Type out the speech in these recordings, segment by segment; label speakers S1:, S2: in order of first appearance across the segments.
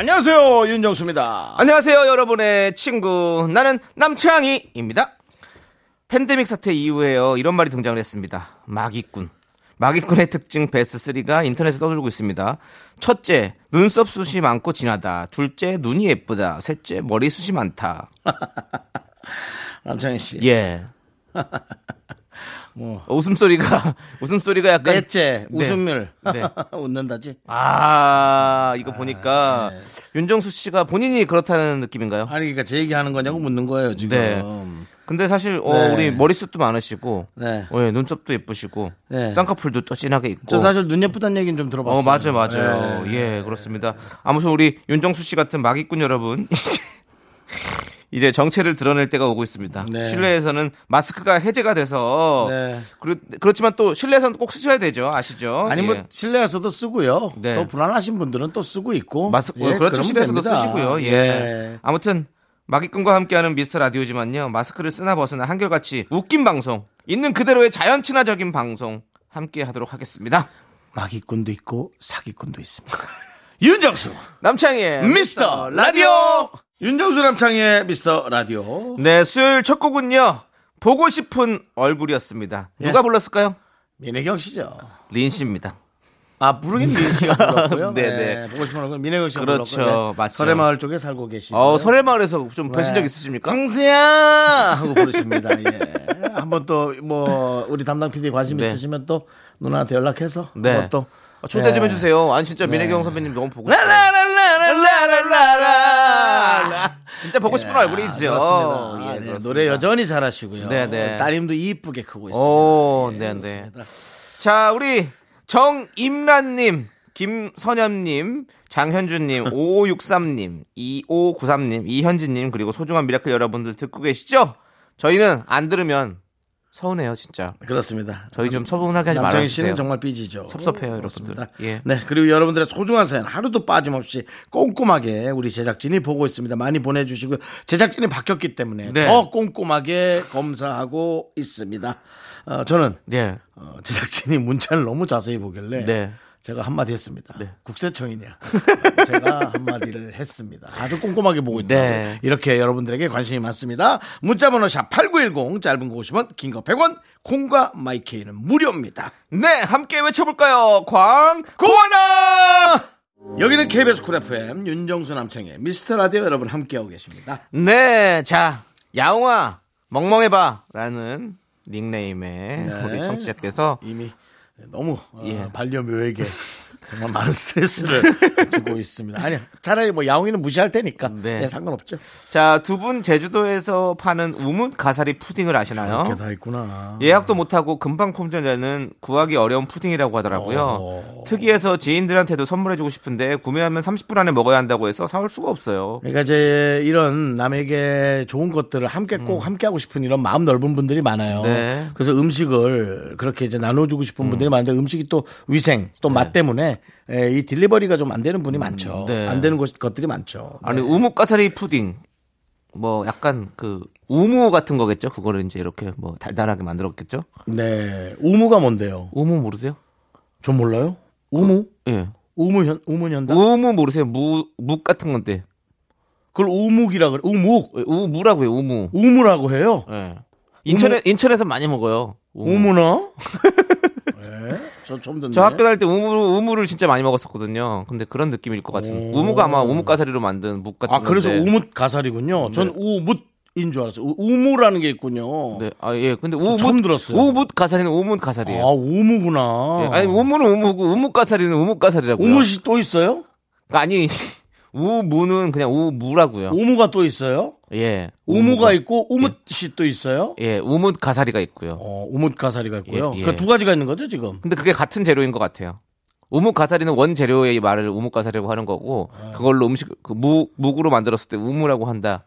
S1: 안녕하세요 윤정수입니다.
S2: 안녕하세요, 여러분의 친구. 나는 남창희입니다. 팬데믹 사태 이후에요. 이런 말이 등장을 했습니다. 마기꾼. 마기꾼의 특징 베스트3가 인터넷에 떠돌고 있습니다. 첫째, 눈썹 숱이 많고 진하다. 둘째, 눈이 예쁘다. 셋째, 머리 숱이 많다.
S1: 남창희 씨.
S2: 예. 어,
S1: 뭐.
S2: 웃음소리가, 웃음소리가 약간.
S1: 넷째
S2: 네.
S1: 웃음물
S2: 네.
S1: 웃는다지.
S2: 아, 이거 보니까
S1: 네.
S2: 윤정수 씨가 본인이 그렇다는 느낌인가요?
S1: 아니 그러니까 제 얘기하는 거냐고 묻는 거예요 지금.
S2: 네. 근데 사실 어,
S1: 네.
S2: 우리 머리숱도 많으시고
S1: 네.
S2: 어, 예, 눈썹도 예쁘시고
S1: 네.
S2: 쌍꺼풀도 또 진하게 있고
S1: 저 사실 눈 예쁘다는 얘기는 좀 들어봤어요. 네.
S2: 어 맞아요 맞아요 예 그렇습니다 아무튼 우리 윤정수 씨 같은 마기꾼 여러분 이제 이제 정체를 드러낼 때가 오고 있습니다
S1: 네.
S2: 실내에서는 마스크가 해제가 돼서
S1: 네.
S2: 그렇, 그렇지만 또 실내에서는 꼭 쓰셔야 되죠 아시죠
S1: 아니 뭐
S2: 예.
S1: 실내에서도 쓰고요.
S2: 네.
S1: 더 불안하신 분들은 또 쓰고 있고.
S2: 마스크
S1: 예,
S2: 그렇죠
S1: 그러면
S2: 실내에서도
S1: 됩니다.
S2: 쓰시고요. 예. 아무튼 마기꾼과 함께하는 미스터 라디오지만요 마스크를 쓰나 벗으나 한결같이 웃긴 방송 있는 그대로의 자연 친화적인 방송 함께하도록 하겠습니다.
S1: 마기꾼도 있고 사기꾼도 있습니다. 윤정수
S2: 남창희의
S1: 미스터 라디오. 윤정수 남창희의 미스터 라디오.
S2: 네 수요일 첫 곡은요 보고 싶은 얼굴이었습니다. 누가 불렀을까요?
S1: 민혜경 씨죠.
S2: 린 씨입니다.
S1: 아 부르긴 민혜 씨가 불렀고요.
S2: 네,
S1: 네,
S2: 네.
S1: 보고 싶은 얼굴 민혜경 씨가
S2: 그렇죠.
S1: 불렀고요.
S2: 맞죠.
S1: 설해마을 쪽에 살고 계시고.
S2: 어 설해마을에서 좀 뵈신 적 있으십니까?
S1: 강수야 하고 부르십니다. 예. 한번 또 뭐 우리 담당 PD 관심
S2: 네.
S1: 있으시면 또 누나한테 연락해서 한번 또
S2: 아, 초대 좀
S1: 네.
S2: 해주세요. 아니 진짜 민혜경 선배님 너무 보고 싶어요.
S1: 라라라라라라라라. 예,
S2: 진짜 보고 싶은 얼굴이죠.
S1: 그렇습니다. 아,
S2: 예,
S1: 네.
S2: 그렇습니다.
S1: 노래 여전히 잘하시고요.
S2: 네, 네.
S1: 따님도 이쁘게 크고 있어요.
S2: 오, 네, 네. 자, 우리 정임란님, 김선엽님, 장현주님, 5563님, 2593님, 이현진님, 그리고 소중한 미라클 여러분들 듣고 계시죠? 저희는 안 들으면 서운해요, 진짜.
S1: 그렇습니다.
S2: 저희 좀 서운하게 하지
S1: 남정희
S2: 말아주세요.
S1: 씨는 정말 삐지죠.
S2: 섭섭해요, 여러분들.
S1: 그렇습니다.
S2: 예.
S1: 네, 그리고 여러분들의 소중한 사연 하루도 빠짐없이 꼼꼼하게 우리 제작진이 보고 있습니다. 많이 보내주시고 제작진이 바뀌었기 때문에
S2: 네.
S1: 더 꼼꼼하게 검사하고 있습니다. 어, 저는
S2: 네.
S1: 어, 제작진이 문자를 너무 자세히 보길래
S2: 네.
S1: 제가 한마디 했습니다. 국세청이냐? 제가 한마디를 했습니다. 아주 꼼꼼하게 보고 있다.
S2: 네.
S1: 고 이렇게 여러분들에게 관심이 많습니다. 문자번호 샵8910 짧은 거 50원, 긴 거 100원, 콩과 마이케이는 무료입니다.
S2: 네, 함께 외쳐볼까요? 광, 고원아!
S1: 여기는 KBS 쿨 FM 윤정수 남창의 미스터 라디오 여러분 함께하고 계십니다.
S2: 네, 자, 야옹아, 멍멍해봐. 라는 닉네임의 우리 청취자께서
S1: 이미 너무 어,
S2: 예.
S1: 반려묘에게 정말 많은 스트레스를 주고 있습니다. 아니 차라리 뭐 야옹이는 무시할 테니까
S2: 네.
S1: 네, 상관없죠.
S2: 자, 두 분 제주도에서 파는 우문 가사리 푸딩을
S1: 이렇게
S2: 아시나요?
S1: 다 있구나.
S2: 어? 예약도 못하고 금방 품절되는 구하기 어려운 푸딩이라고 하더라고요.
S1: 어.
S2: 특이해서 지인들한테도 선물해주고 싶은데 구매하면 30분 안에 먹어야 한다고 해서 사올 수가 없어요.
S1: 그러니까 이제 이런 남에게 좋은 것들을 함께 꼭 함께 하고 싶은 이런 마음 넓은 분들이 많아요.
S2: 네.
S1: 그래서 음식을 그렇게 이제 나눠주고 싶은 분들이 많은데 음식이 네. 또 위생 또 맛 때문에 에, 이 딜리버리가 좀 안 되는 분이 많죠.
S2: 네.
S1: 안 되는 것, 것들이 많죠.
S2: 아니 우무 가사리 푸딩 뭐 약간 그 우무 같은 거겠죠? 그거를 이제 이렇게 뭐 달달하게 만들었겠죠?
S1: 네, 우무가 뭔데요?
S2: 우무 모르세요?
S1: 전 몰라요. 우무,
S2: 예.
S1: 우무현, 우무현다.
S2: 우무 모르세요? 무, 묵 같은 건데.
S1: 그걸 우묵이라 그래. 우묵,
S2: 왜 우무라고 해요, 우무.
S1: 우무라고 해요.
S2: 예. 인천에, 인천에서 많이 먹어요. 우무.
S1: 음. 우무나? 예, 저 처음 듣네.
S2: 저 학교 다닐 때 우무, 우무를 진짜 많이 먹었었거든요. 근데 그런 느낌일 것 같은. 우무가 아마 우뭇가사리로 만든 묵 같은
S1: 아, 그래서
S2: 건데.
S1: 우뭇 가사리군요. 전 우뭇인 줄 알았어요. 우- 우무라는 게 있군요.
S2: 네. 아, 예. 근데 우무.
S1: 처음 들었어요.
S2: 우뭇가사리는 우뭇가사리예요.
S1: 아, 우무구나.
S2: 예. 네. 아니, 우무는 우무고 우뭇가사리는 우뭇가사리라고요. 그러니까
S1: 우뭇이 또 있어요?
S2: 아니, 우무는 그냥 우무라고요.
S1: 우무가 또 있어요?
S2: 예.
S1: 우무가 있고 우뭇이 또 있어요?
S2: 예, 우뭇가사리가 있고요.
S1: 어, 우뭇 가사리가 있고요.
S2: 예, 예.
S1: 그 두 가지가 있는 거죠, 지금?
S2: 근데 그게 같은 재료인 것 같아요. 우뭇가사리는 원재료의 말을 우뭇가사리라고 하는 거고
S1: 아.
S2: 그걸로 음식 그 무, 묵으로 만들었을 때 우무라고 한다.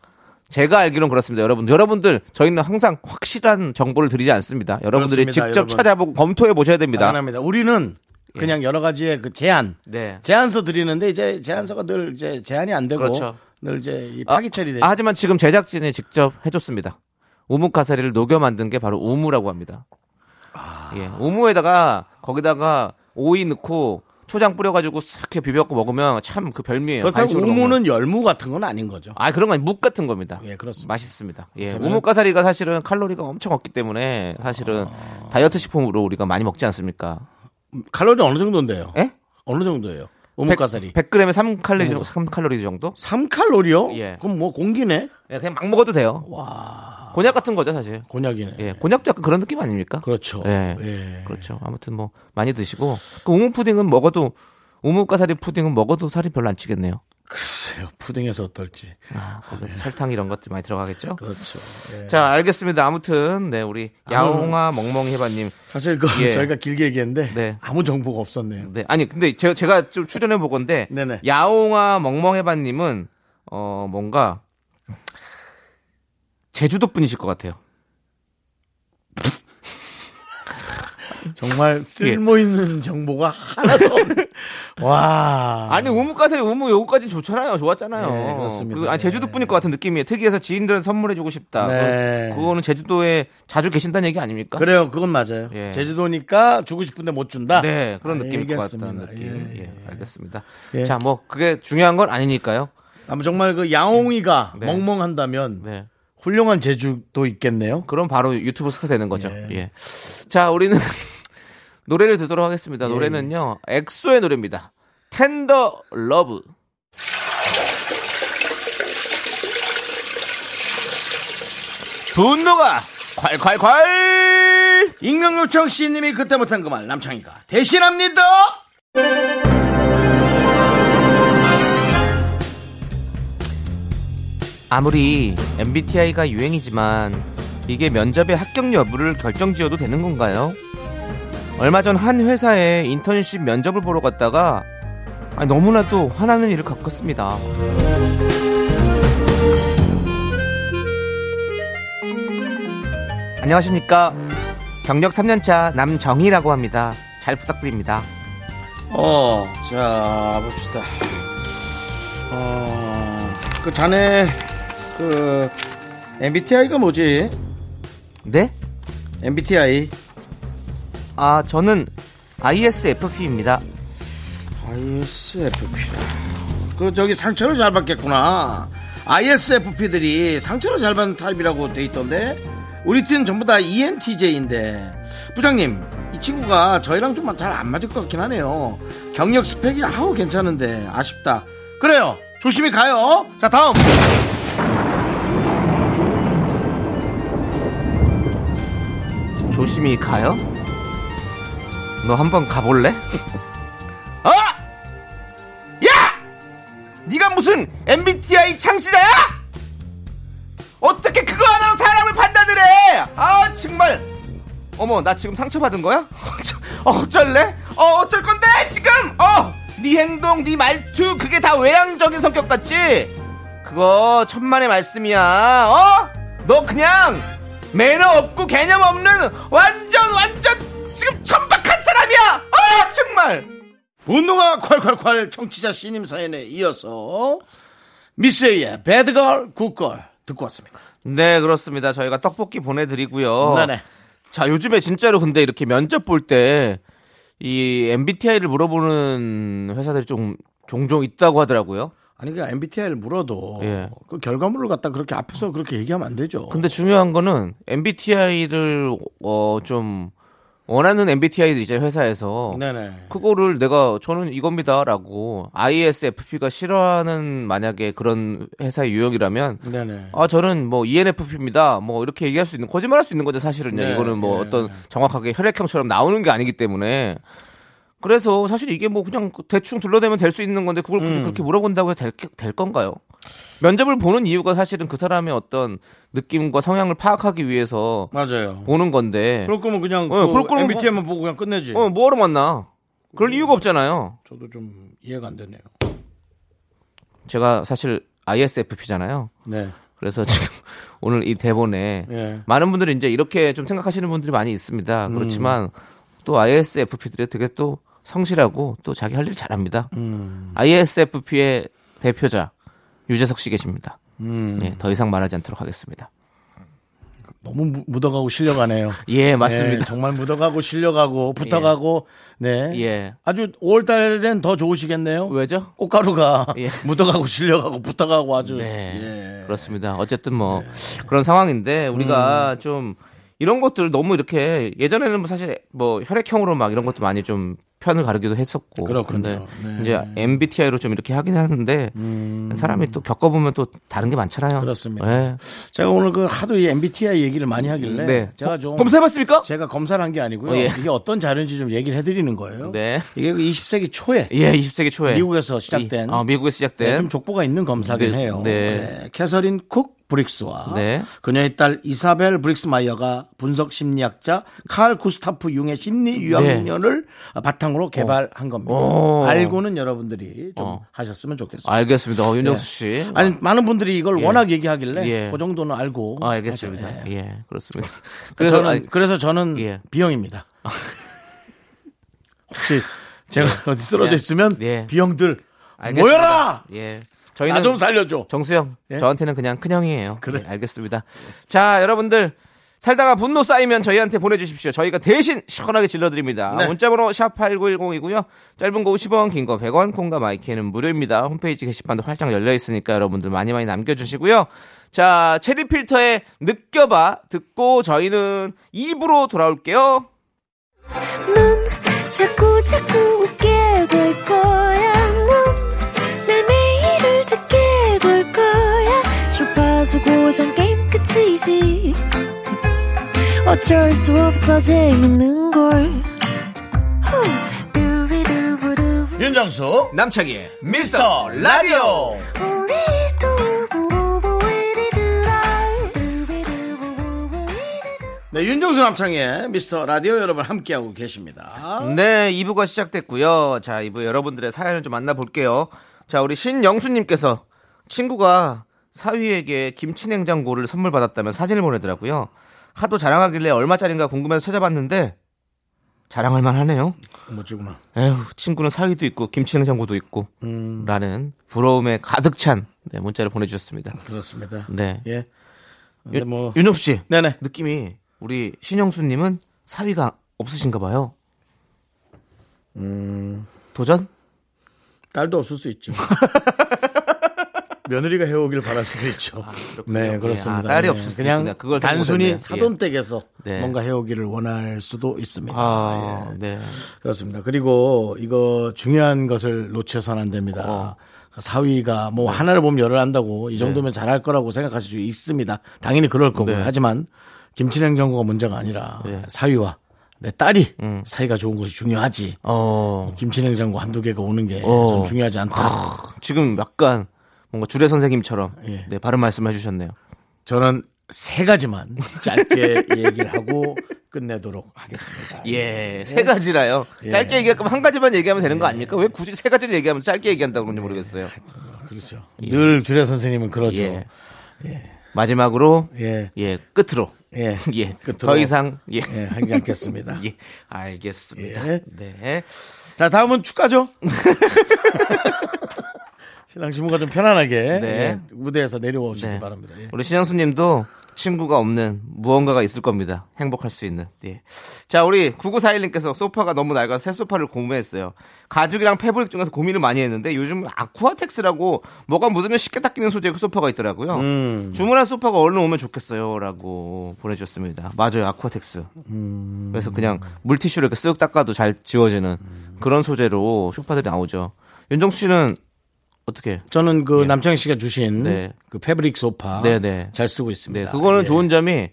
S2: 제가 알기로는 그렇습니다. 여러분, 여러분들 저희는 항상 확실한 정보를 드리지 않습니다. 여러분들이
S1: 그렇습니다,
S2: 직접
S1: 여러분.
S2: 찾아보고 검토해 보셔야 됩니다. 예.
S1: 당연합니다. 우리는 그냥 여러 가지의 그 제안,
S2: 네.
S1: 제안서 드리는데 이제 제안서가 늘 이제 제안이 안 되고
S2: 그렇죠.
S1: 늘 이제 이
S2: 아,
S1: 파기 처리돼.
S2: 아, 하지만 지금 제작진이 직접 해줬습니다. 우뭇가사리를 녹여 만든 게 바로 우무라고 합니다.
S1: 아.
S2: 예, 우무에다가 거기다가 오이 넣고 초장 뿌려가지고 싹 이렇게 비벼갖고 먹으면 참 그 별미예요.
S1: 그렇다고
S2: 간식으로 먹으면.
S1: 우무는 열무 같은 건 아닌 거죠.
S2: 아 그런 건 아니, 묵 같은 겁니다.
S1: 예, 그렇습니다.
S2: 맛있습니다. 예,
S1: 그러면은-
S2: 우뭇가사리가 사실은 칼로리가 엄청 없기 때문에 사실은
S1: 아.
S2: 다이어트 식품으로 우리가 많이 먹지 않습니까?
S1: 칼로리 어느 정도인데요?
S2: 예?
S1: 어느 정도예요? 우뭇가사리. 네.
S2: 100g에 3칼로리 정도, 3칼로리 정도?
S1: 3칼로리요?
S2: 예.
S1: 그럼 뭐 공기네?
S2: 예, 그냥 막 먹어도 돼요. 곤약 같은 거죠, 사실.
S1: 곤약이네.
S2: 예, 곤약도 약간 그런 느낌 아닙니까?
S1: 그렇죠.
S2: 예.
S1: 예.
S2: 그렇죠. 아무튼 뭐 많이 드시고 그 우무 푸딩은 먹어도 우뭇가사리 푸딩은 먹어도 살이 별로 안 찌겠네요.
S1: 글쎄요. 푸딩에서 어떨지.
S2: 아, 거기서 설탕 이런 것들 많이 들어가겠죠.
S1: 그렇죠. 예.
S2: 자, 알겠습니다. 아무튼 네 우리 야옹아 멍멍이 해바님.
S1: 사실 그
S2: 예.
S1: 저희가 길게 얘기했는데
S2: 네.
S1: 아무 정보가 없었네요.
S2: 네, 아니 근데 제, 제가 좀 출연해 보건데
S1: 네네.
S2: 야옹아 멍멍해바님은 어 뭔가 제주도 분이실 것 같아요.
S1: 음. 정말 쓸모 있는 정보가 하나도 없네. 와.
S2: 아니 우무가사리 우무 요거까지 좋잖아요. 좋았잖아요.
S1: 네, 그렇습니다.
S2: 그리고 아니, 제주도 분일 것 같은 느낌이에요. 특이해서 지인들은 선물해 주고 싶다.
S1: 네.
S2: 그건- 그거는 제주도에 자주 계신다는 얘기 아닙니까?
S1: 그래요. 그건 맞아요.
S2: 예.
S1: 제주도니까 주고 싶은데 못 준다.
S2: 네, 그런 느낌일 것
S1: 알겠습니다.
S2: 같다는 느낌.
S1: 예,
S2: 예, 알겠습니다.
S1: 예.
S2: 자, 뭐 그게 중요한 건 아니니까요.
S1: 아마 정말 그 야옹이가
S2: 네.
S1: 멍멍한다면
S2: 네.
S1: 훌륭한 제주도 있겠네요.
S2: 그럼 바로 유튜브 스타 되는 거죠. 예. 자, 우리는 노래를 듣도록 하겠습니다. 노래는요. 엑소의 노래입니다. 텐더 러브. 분노가 콸콸콸!
S1: 익명 요청 씨님이 그때 못한 그 말 남창이가 대신합니다.
S2: 아무리 MBTI가 유행이지만 이게 면접의 합격 여부를 결정지어도 되는 건가요? 얼마 전 한 회사에 인턴십 면접을 보러 갔다가 아니, 너무나도 화나는 일을 겪었습니다. 안녕하십니까. 경력 3년차 남정희라고 합니다. 잘 부탁드립니다.
S1: 어, 자 봅시다. 어, 그 자네 그 MBTI가 뭐지?
S2: 네?
S1: MBTI
S2: 아, 저는 ISFP입니다.
S1: ISFP. 그 저기 상처를 잘 받겠구나. ISFP들이 상처를 잘 받는 타입이라고 돼 있던데 우리 팀 전부 다 E ENTJ인데 부장님 이 친구가 저희랑 좀 잘 안 맞을 것 같긴 하네요. 경력 스펙이 아우 괜찮은데 아쉽다. 그래요. 조심히 가요. 자 다음.
S2: 조심히 가요? 너 한번 가볼래? 어! 야! 네가 무슨 MBTI 창시자야? 어떻게 그거 하나로 사람을 판단을 해? 아 정말 어머 나 지금 상처받은 거야? 어쩌- 어쩔래? 어 어쩔 건데 지금? 어! 네 행동, 네 말투 그게 다 외향적인 성격 같지? 그거 천만의 말씀이야 어? 너 그냥 매너 없고 개념 없는 완전 완전 지금 천박한 사람이야 어 정말
S1: 분노가 콸콸콸 청취자 신임 사연에 이어서 미스의 배드걸 굿걸 듣고 왔습니다.
S2: 네 그렇습니다 저희가 떡볶이 보내드리고요
S1: 네네.
S2: 자, 요즘에 진짜로 근데 이렇게 면접 볼 때 이 MBTI를 물어보는 회사들이 좀 종종 있다고 하더라고요.
S1: 아니 그 MBTI를 물어도
S2: 예.
S1: 그 결과물을 갖다 그렇게 앞에서 그렇게 얘기하면 안 되죠.
S2: 근데 중요한 거는 MBTI를 어 좀 원하는 MBTI를 이제 회사에서
S1: 네네.
S2: 그거를 내가 저는 이겁니다라고 ISFP가 싫어하는 만약에 그런 회사의 유형이라면
S1: 네네.
S2: 아 저는 뭐 ENFP입니다. 뭐 이렇게 얘기할 수 있는 거짓말할 수 있는 거죠 사실은요.
S1: 네,
S2: 이거는 뭐
S1: 네.
S2: 어떤 정확하게 혈액형처럼 나오는 게 아니기 때문에 그래서 사실 이게 뭐 그냥 대충 둘러대면 될 수 있는 건데 그걸 굳이
S1: 음.
S2: 그렇게 물어본다고 해서 될, 될 건가요? 면접을 보는 이유가 사실은 그 사람의 어떤 느낌과 성향을 파악하기 위해서
S1: 맞아요.
S2: 보는 건데
S1: 그럴 거면 그냥
S2: 어,
S1: 그
S2: 그럴 거면
S1: MBTI만 보고 그냥 끝내지.
S2: 어 뭐하러 만나?
S1: 음.
S2: 그럴 이유가 없잖아요.
S1: 저도 좀 이해가 안 되네요.
S2: 제가 사실 ISFP잖아요.
S1: 네.
S2: 그래서 지금 오늘 이 대본에
S1: 예. 음.
S2: 많은 분들이 이제 이렇게 좀 생각하시는 분들이 많이 있습니다. 그렇지만 또 ISFP들이 되게 또 성실하고 또 자기 할 일 잘합니다.
S1: 음.
S2: ISFP의 대표자 유재석 씨 계십니다.
S1: 음.
S2: 예, 더 이상 말하지 않도록 하겠습니다.
S1: 너무 무- 묻어가고 실려가네요.
S2: 예, 맞습니다.
S1: 예, 정말 묻어가고 실려가고 부탁하고 네.
S2: 예.
S1: 아주 5월 달엔 더 좋으시겠네요.
S2: 왜죠?
S1: 꽃가루가
S2: 예.
S1: 묻어가고 실려가고 부탁하고 아주
S2: 네.
S1: 예.
S2: 그렇습니다. 어쨌든
S1: 네.
S2: 뭐 그런 상황인데
S1: 음.
S2: 우리가 좀 이런 것들 너무 이렇게 예전에는 뭐 사실 뭐 혈액형으로 막 이런 것도 많이 좀 편을 가르기도 했었고
S1: 그렇군요.
S2: 근데
S1: 네. 음.
S2: 이제 MBTI로 좀 이렇게 하긴 하는데 사람이 또 겪어보면 또 다른 게 많잖아요.
S1: 그렇습니다.
S2: 예.
S1: 제가 오늘 그 하도 이 MBTI 얘기를 많이 하길래
S2: 네.
S1: 제가 좀
S2: 검사해봤습니까?
S1: 제가 검사를 한 게 아니고요.
S2: 어, 예.
S1: 이게 어떤 자료인지 좀 얘기를 해드리는 거예요.
S2: 네.
S1: 이게 그 20세기 초에
S2: 예, 20세기 초에
S1: 미국에서 시작된
S2: 이- 아, 미국에서
S1: 네, 좀
S2: 시작된
S1: 족보가 있는 검사긴
S2: 네,
S1: 해요.
S2: 네.
S1: 네, 캐서린 쿡 브릭스와
S2: 네.
S1: 그녀의 딸 이사벨 브릭스마이어가 분석 심리학자 칼 구스타프 융의 심리 유학론을 바탕으로 개발한 겁니다.
S2: 네. 어.
S1: 알고는 여러분들이 좀
S2: 어.
S1: 하셨으면 좋겠습니다.
S2: 알겠습니다. 어, 윤정수
S1: 네.
S2: 씨.
S1: 아니 많은 분들이 이걸 워낙 얘기하길래
S2: 예.
S1: 그 정도는 알고
S2: 아, 알겠습니다. 예. 그렇습니다.
S1: 네. 그래서 저는
S2: 아니,
S1: 그래서 저는
S2: 예.
S1: 비형입니다. 혹시 제가 어디 쓰러져 있으면
S2: 예.
S1: 비형들
S2: 알겠습니다.
S1: 모여라.
S2: 예.
S1: 나
S2: 저희는
S1: 아, 좀 살려줘.
S2: 어, 정수영,
S1: 예?
S2: 저한테는 그냥 큰형이에요.
S1: 그래.
S2: 예, 알겠습니다. 자, 여러분들. 살다가 분노 쌓이면 저희한테 보내주십시오. 저희가 대신 시원하게 질러드립니다.
S1: 네.
S2: 문자번호 샵8910이고요. 짧은 거 50원, 긴 거 100원, 콩과 마이크는 무료입니다. 홈페이지 게시판도 활짝 열려있으니까 여러분들 많이 많이 남겨주시고요. 자, 체리필터의 느껴봐 듣고 저희는 입으로 돌아올게요.
S3: 넌 자꾸 자꾸 웃게 될 거야. 넌내 매일을 듣게 될 거야. 주파수 고정 게임 끝이지. 어쩔 수 없어 재밌는 걸. 후. 두비두부두.
S1: 윤정수
S2: 남창희의
S1: 미스터 라디오
S3: 우리 두부부부 우리들아. 두비두부부부
S1: 네 윤정수 남창의 미스터 라디오 여러분 함께하고 계십니다
S2: 네, 2부가 시작됐고요. 자, 2부 여러분들의 사연을 좀 만나볼게요. 자, 우리 신영수님께서 친구가 사위에게 김치냉장고를 선물 받았다면 사진을 보내더라고요. 하도 자랑하길래 얼마짜린가 궁금해서 찾아봤는데 자랑할 만하네요.
S1: 멋지구나
S2: 에휴, 친구는 사위도 있고 김치냉장고도 있고 라는 부러움에 가득 찬 네, 문자를 보내주셨습니다.
S1: 그렇습니다
S2: 네,
S1: 예 근데 뭐
S2: 윤정수 씨
S1: 네네
S2: 느낌이 우리 신영수님은 사위가 없으신가 봐요. 도전?
S1: 딸도 없을 수 있죠 며느리가 해오길 바랄 수도 있죠 네 그렇습니다
S2: 아, 딸이
S1: 네,
S2: 없을 수도
S1: 그냥
S2: 있구나. 그걸 다
S1: 단순히
S2: 못했네요.
S1: 사돈댁에서
S2: 예. 네.
S1: 뭔가 해오기를 원할 수도 있습니다
S2: 아,
S1: 예.
S2: 네.
S1: 그렇습니다 그리고 이거 중요한 것을 놓쳐서는 안 됩니다
S2: 어. 네.
S1: 사위가 뭐 하나를 보면 열을 한다고 이 정도면 잘할 거라고 생각하실 수 있습니다. 당연히 그럴 거고요.
S2: 네.
S1: 하지만 김치냉장고가 문제가 아니라
S2: 네. 음.
S1: 사위와 내 딸이 사이가 좋은 것이 중요하지.
S2: 어,
S1: 김치냉장고 한두 개가 오는 게
S2: 어.
S1: 저는 중요하지 않다.
S2: 지금 약간 뭔가 주례 선생님처럼
S1: 예.
S2: 네, 바른 말씀 해주셨네요.
S1: 저는 세 가지만 짧게 얘기를 하고 끝내도록 하겠습니다.
S2: 예, 세 가지라요. 짧게 얘기할 거면 한 가지만 얘기하면 되는 거 아닙니까? 왜 굳이 세 가지를 얘기하면 짧게 얘기한다고 그런지 모르겠어요.
S1: 그렇죠. 늘 주례 선생님은
S2: 예.
S1: 그러죠. 예.
S2: 마지막으로,
S1: 예.
S2: 예, 끝으로.
S1: 예.
S2: 예,
S1: 끝으로.
S2: 더 이상, 예.
S1: 예, 하지 않겠습니다.
S2: 예, 알겠습니다.
S1: 예.
S2: 네.
S1: 자, 다음은 축가죠. 신랑 신부가 좀 편안하게
S2: 네.
S1: 예, 무대에서 내려오시기
S2: 네.
S1: 바랍니다. 예.
S2: 우리 신영수님도 친구가 없는 무언가가 있을 겁니다. 행복할 수 있는. 예. 자, 우리 9941님께서 소파가 너무 낡아서 새 소파를 고민했어요. 가죽이랑 패브릭 중에서 고민을 많이 했는데 요즘 아쿠아텍스라고 뭐가 묻으면 쉽게 닦이는 소재의 소파가 있더라고요. 주문한 소파가 얼른 오면 좋겠어요라고 보내주셨습니다. 맞아요, 아쿠아텍스. 그래서 그냥 물티슈로 이렇게 쓱 닦아도 잘 지워지는 그런 소재로 소파들이 나오죠. 윤정수 씨는 어떻게?
S1: 저는 그 남창희 씨가 주신
S2: 예. 네.
S1: 그 패브릭 소파
S2: 네, 네.
S1: 잘 쓰고
S2: 네,
S1: 있습니다.
S2: 그거는
S1: 예.
S2: 좋은 점이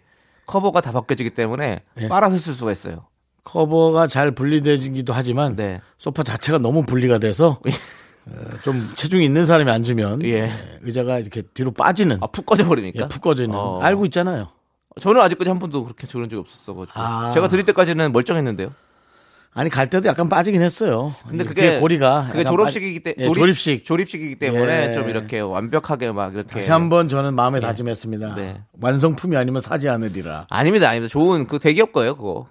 S2: 커버가 다 벗겨지기 때문에
S1: 예.
S2: 빨아서 쓸 수가 있어요.
S1: 커버가 잘 분리되기도 하지만
S2: 네.
S1: 소파 자체가 너무 분리가 돼서 어, 좀 체중이 있는 사람이 앉으면
S2: 예.
S1: 예, 의자가 이렇게 뒤로 빠지는
S2: 아, 푹 꺼져버리니까.
S1: 예, 푹 꺼지는
S2: 어.
S1: 알고 있잖아요.
S2: 저는 아직까지 한 번도 그렇게 그런 적이 없었어가지고.
S1: 아.
S2: 제가 드릴 때까지는 멀쩡했는데요.
S1: 아니 갈 때도 약간 빠지긴 했어요.
S2: 근데
S1: 이게
S2: 그게
S1: 고리가
S2: 그게
S1: 약간
S2: 졸업식이기
S1: 빠지-
S2: 때문에
S1: 예, 졸업식.
S2: 졸업식이기 때문에
S1: 예.
S2: 좀 이렇게 완벽하게 막 이렇게
S1: 다시 한번 저는 마음에 다짐했습니다.
S2: 예. 네.
S1: 완성품이 아니면 사지 않으리라.
S2: 아닙니다, 아닙니다. 좋은 그 대기업 거예요, 그거.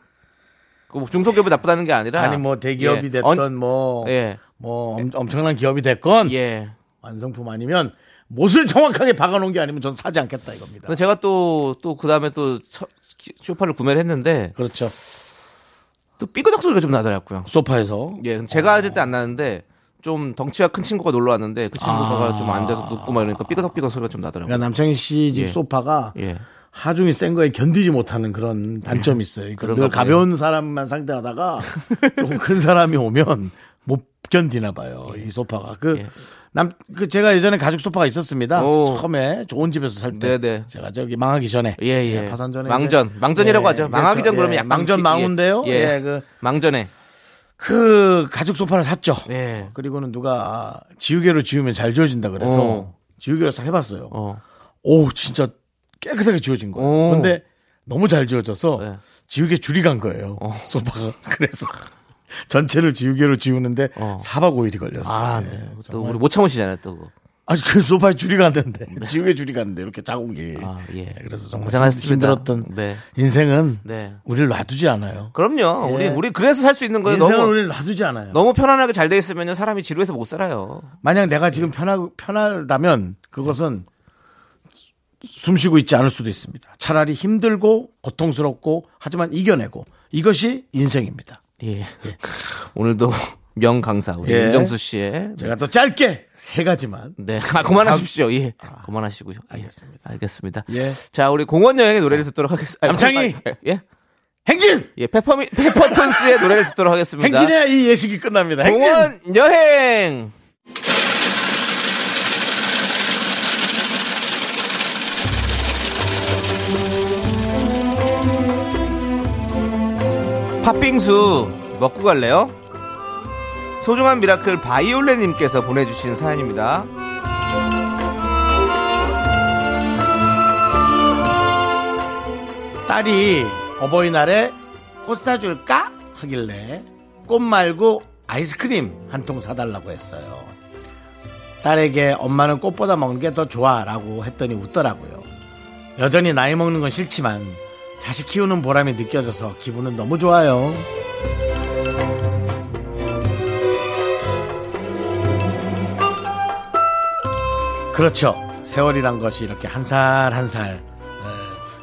S2: 그 중소기업이 나쁘다는 게 아니라
S1: 아니 뭐 대기업이
S2: 예.
S1: 됐던
S2: 언-
S1: 뭐,
S2: 예.
S1: 뭐 엄, 엄청난 기업이 됐건
S2: 예.
S1: 완성품 아니면 못을 정확하게 박아놓은 게 아니면 전 사지 않겠다 이겁니다.
S2: 근데 제가 또, 또, 그 다음에 또, 처- 쇼파를 구매를 했는데,
S1: 그렇죠.
S2: 또 삐그덕 소리가 좀 나더라고요.
S1: 소파에서
S2: 예, 근데 제가
S1: 어.
S2: 아직 때안 나는데, 좀 덩치가 큰 친구가 놀러 왔는데, 그 친구가 좀 앉아서 눕고 막 이러니까 삐그덕삐그덕 소리가 좀 나더라고요.
S1: 그러니까 남창희 씨 집
S2: 예.
S1: 소파가
S2: 예.
S1: 하중이 센 거에 견디지 못하는 그런 단점이 있어요. 그러니까
S2: 네. 그런가
S1: 늘
S2: 봐요.
S1: 가벼운 사람만 상대하다가 조금 큰 사람이 오면 못 견디나 봐요. 이 소파가 그.
S2: 예.
S1: 남, 그, 제가 예전에 가죽 소파가 있었습니다.
S2: 오.
S1: 처음에 좋은 집에서 살 때.
S2: 네네.
S1: 제가 저기 망하기 전에.
S2: 예, 예.
S1: 파산 전에.
S2: 망전.
S1: 이제-
S2: 망전이라고
S1: 예,
S2: 하죠. 망하기 전
S1: 그렇죠.
S2: 그러면
S1: 예,
S2: 약간.
S1: 망전
S2: 피-
S1: 망운데요?
S2: 예.
S1: 예, 그,
S2: 망전에.
S1: 그 가죽 소파를 샀죠.
S2: 예.
S1: 그리고는 누가 아, 지우개로 지우면 잘 지워진다 그래서
S2: 어.
S1: 지우개로 싹 해봤어요.
S2: 어.
S1: 오 진짜 깨끗하게 지워진 거예요.
S2: 오.
S1: 근데 너무 잘 지워져서
S2: 네.
S1: 지우개 줄이 간 거예요.
S2: 어.
S1: 소파가 그래서 전체를 지우개로 지우는데
S2: 어.
S1: 4박 5일이 걸렸어요.
S2: 아,
S1: 예,
S2: 네. 또
S1: 정말.
S2: 우리 못 참으시잖아요, 또. 그거.
S1: 아직 그 소파에 줄이 갔는데 지우개 줄이 갔는데 이렇게 자국이.
S2: 네. 아, 예.
S1: 네, 그래서 정말
S2: 고생하셨습니다.
S1: 힘들었던
S2: 네.
S1: 인생은
S2: 네.
S1: 우리를 놔두지 않아요.
S2: 그럼요. 우리,
S1: 예.
S2: 우리 그래서 살 수 있는 거예요.
S1: 인생은
S2: 너무,
S1: 우리를 놔두지 않아요.
S2: 너무 편안하게 잘 돼 있으면 사람이 지루해서 못 살아요.
S1: 만약 내가 지금 편하, 편하다면 그것은 숨 쉬고 있지 않을 수도 있습니다. 차라리 힘들고 고통스럽고 하지만 이겨내고 이것이 인생입니다.
S2: 예. 오늘도 명 강사 우리
S1: 예.
S2: 윤정수 씨의
S1: 제가 또 짧게 세 가지만
S2: 네. 아, 그만하십시오. 예. 그만하시고요. 예.
S1: 알겠습니다.
S2: 알겠습니다.
S1: 예.
S2: 자, 우리 공원 여행의 노래를 듣도록 하겠습니다.
S1: 남창희!
S2: 예.
S1: 행진!
S2: 예, 페퍼미 페퍼톤스의 노래를 듣도록 하겠습니다.
S1: 행진해야 이 예식이 끝납니다. 행진!
S2: 공원 여행. 팥빙수 먹고 갈래요? 소중한 미라클 바이올렛님께서 보내주신 사연입니다.
S1: 딸이 어버이날에 꽃 사줄까? 하길래 꽃 말고 아이스크림 한 통 사달라고 했어요. 딸에게 엄마는 꽃보다 먹는 게 더 좋아 라고 했더니 웃더라고요. 여전히 나이 먹는 건 싫지만 자식 키우는 보람이 느껴져서 기분은 너무 좋아요. 그렇죠. 세월이란 것이 이렇게 한 살 한 살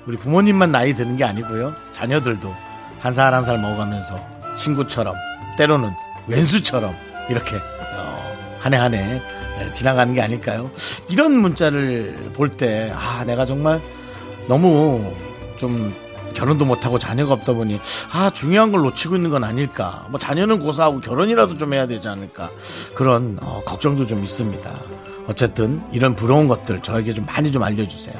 S1: 우리 부모님만 나이 드는 게 아니고요. 자녀들도 한 살 한 살 먹어가면서 친구처럼 때로는 왼수처럼 이렇게 어, 한 해 한 해 지나가는 게 아닐까요? 이런 문자를 볼 때 아 내가 정말 너무 좀 결혼도 못하고 자녀가 없다 보니 아 중요한 걸 놓치고 있는 건 아닐까 뭐 자녀는 고사하고 결혼이라도 좀 해야 되지 않을까 그런 어, 걱정도 좀 있습니다 어쨌든 이런 부러운 것들 저에게 좀 많이 좀 알려주세요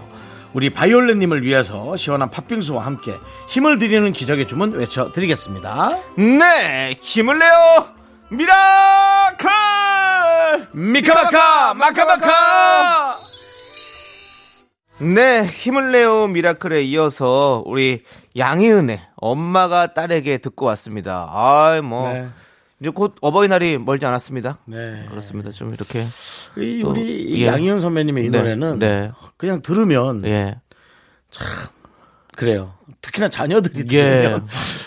S1: 우리 바이올렛님을 위해서 시원한 팥빙수와 함께 힘을 드리는 기적의 주문 외쳐드리겠습니다
S2: 네, 힘을 내요! 미라클!
S1: 미카마카 마카마카
S2: 네, 힘을 내요 미라클에 이어서 우리 양희은의 엄마가 딸에게 듣고 왔습니다. 아이 뭐
S1: 네.
S2: 이제 곧 어버이날이 멀지 않았습니다.
S1: 네.
S2: 그렇습니다. 좀 이렇게
S1: 이
S2: 또,
S1: 우리 이
S2: 예.
S1: 양희은 선배님의 이
S2: 네,
S1: 노래는
S2: 네.
S1: 그냥 들으면
S2: 예.
S1: 그래요. 특히나 자녀들이
S2: 예.
S1: 들으면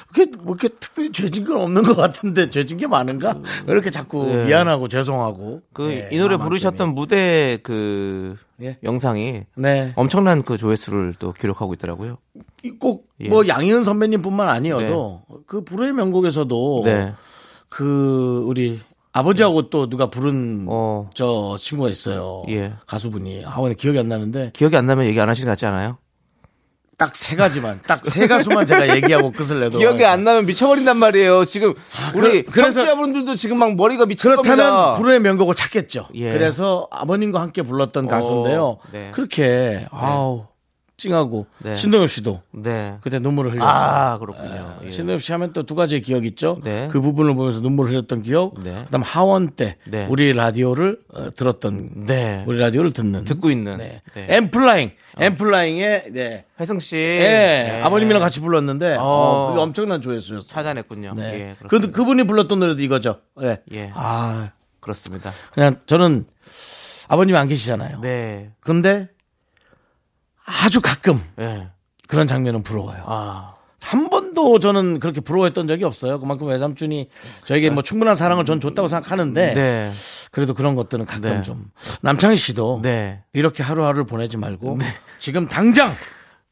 S1: 그게 뭐 이렇게 특별히 죄진 건 없는 것 같은데 죄진 게 많은가? 왜 이렇게 자꾸
S2: 음. 예.
S1: 미안하고 죄송하고
S2: 그 이
S1: 예,
S2: 노래
S1: 마음
S2: 부르셨던 무대 그
S1: 예.
S2: 영상이
S1: 마음이. 네.
S2: 엄청난 그 조회수를 또 기록하고 있더라고요.
S1: 꼭
S2: 예.
S1: 뭐 양희은 선배님뿐만 아니어도 그 불후의 명곡에서도
S2: 네.
S1: 그 우리 아버지하고 또 누가 부른
S2: 어.
S1: 저 친구가 있어요.
S2: 예.
S1: 가수분이 아 오늘 기억이 안 나는데
S2: 기억이 안 나면 얘기 안 하시는 것 같지 않아요?
S1: 딱 세 가지만 딱 세 가수만 제가 얘기하고 끝을 내도
S2: 기억이 안 나면 미쳐버린단 말이에요. 지금 우리
S1: 그- 그래서-
S2: 청취자분들도 지금 막 머리가 미칠 겁니다.
S1: 그렇다면 불후의 명곡을 찾겠죠.
S2: 예.
S1: 그래서 아버님과 함께 불렀던 가수인데요.
S2: 네.
S1: 그렇게 아우 찡하고
S2: 네.
S1: 신동엽 씨도
S2: 네.
S1: 그때 눈물을 흘렸죠. 네,
S2: 아, 그렇군요. 예.
S1: 신동엽 씨 하면 또 두 가지의 기억 있죠.
S2: 네.
S1: 그 부분을 보면서 눈물을 흘렸던 기억.
S2: 네.
S1: 그다음 하원 때
S2: 네.
S1: 우리 라디오를 어, 들었던
S2: 네.
S1: 우리 라디오를 듣는
S2: 듣고 있는.
S1: 네.
S2: 네.
S1: 엠플라잉 엠플라잉의 네.
S2: 회승 씨.
S1: 예, 아버님이랑 같이 불렀는데 어,
S2: 어.
S1: 그게 엄청난 조회수였어요.
S2: 찾아냈군요.
S1: 네.
S2: 예, 그렇습니다.
S1: 그 그분이 불렀던 노래도 이거죠. 예.
S2: 예.
S1: 아
S2: 그렇습니다.
S1: 그냥 저는 아버님 안 계시잖아요.
S2: 네.
S1: 근데 아주 가끔
S2: 예.
S1: 그런 장면은 부러워요.
S2: 아.
S1: 한 번도 저는 그렇게 부러워했던 적이 없어요. 그만큼 외삼촌이 저에게 뭐 충분한 사랑을 전 줬다고 생각하는데
S2: 네.
S1: 그래도 그런 것들은 가끔
S2: 네.
S1: 좀 남창희 씨도
S2: 네.
S1: 이렇게 하루하루를 보내지 말고 지금 당장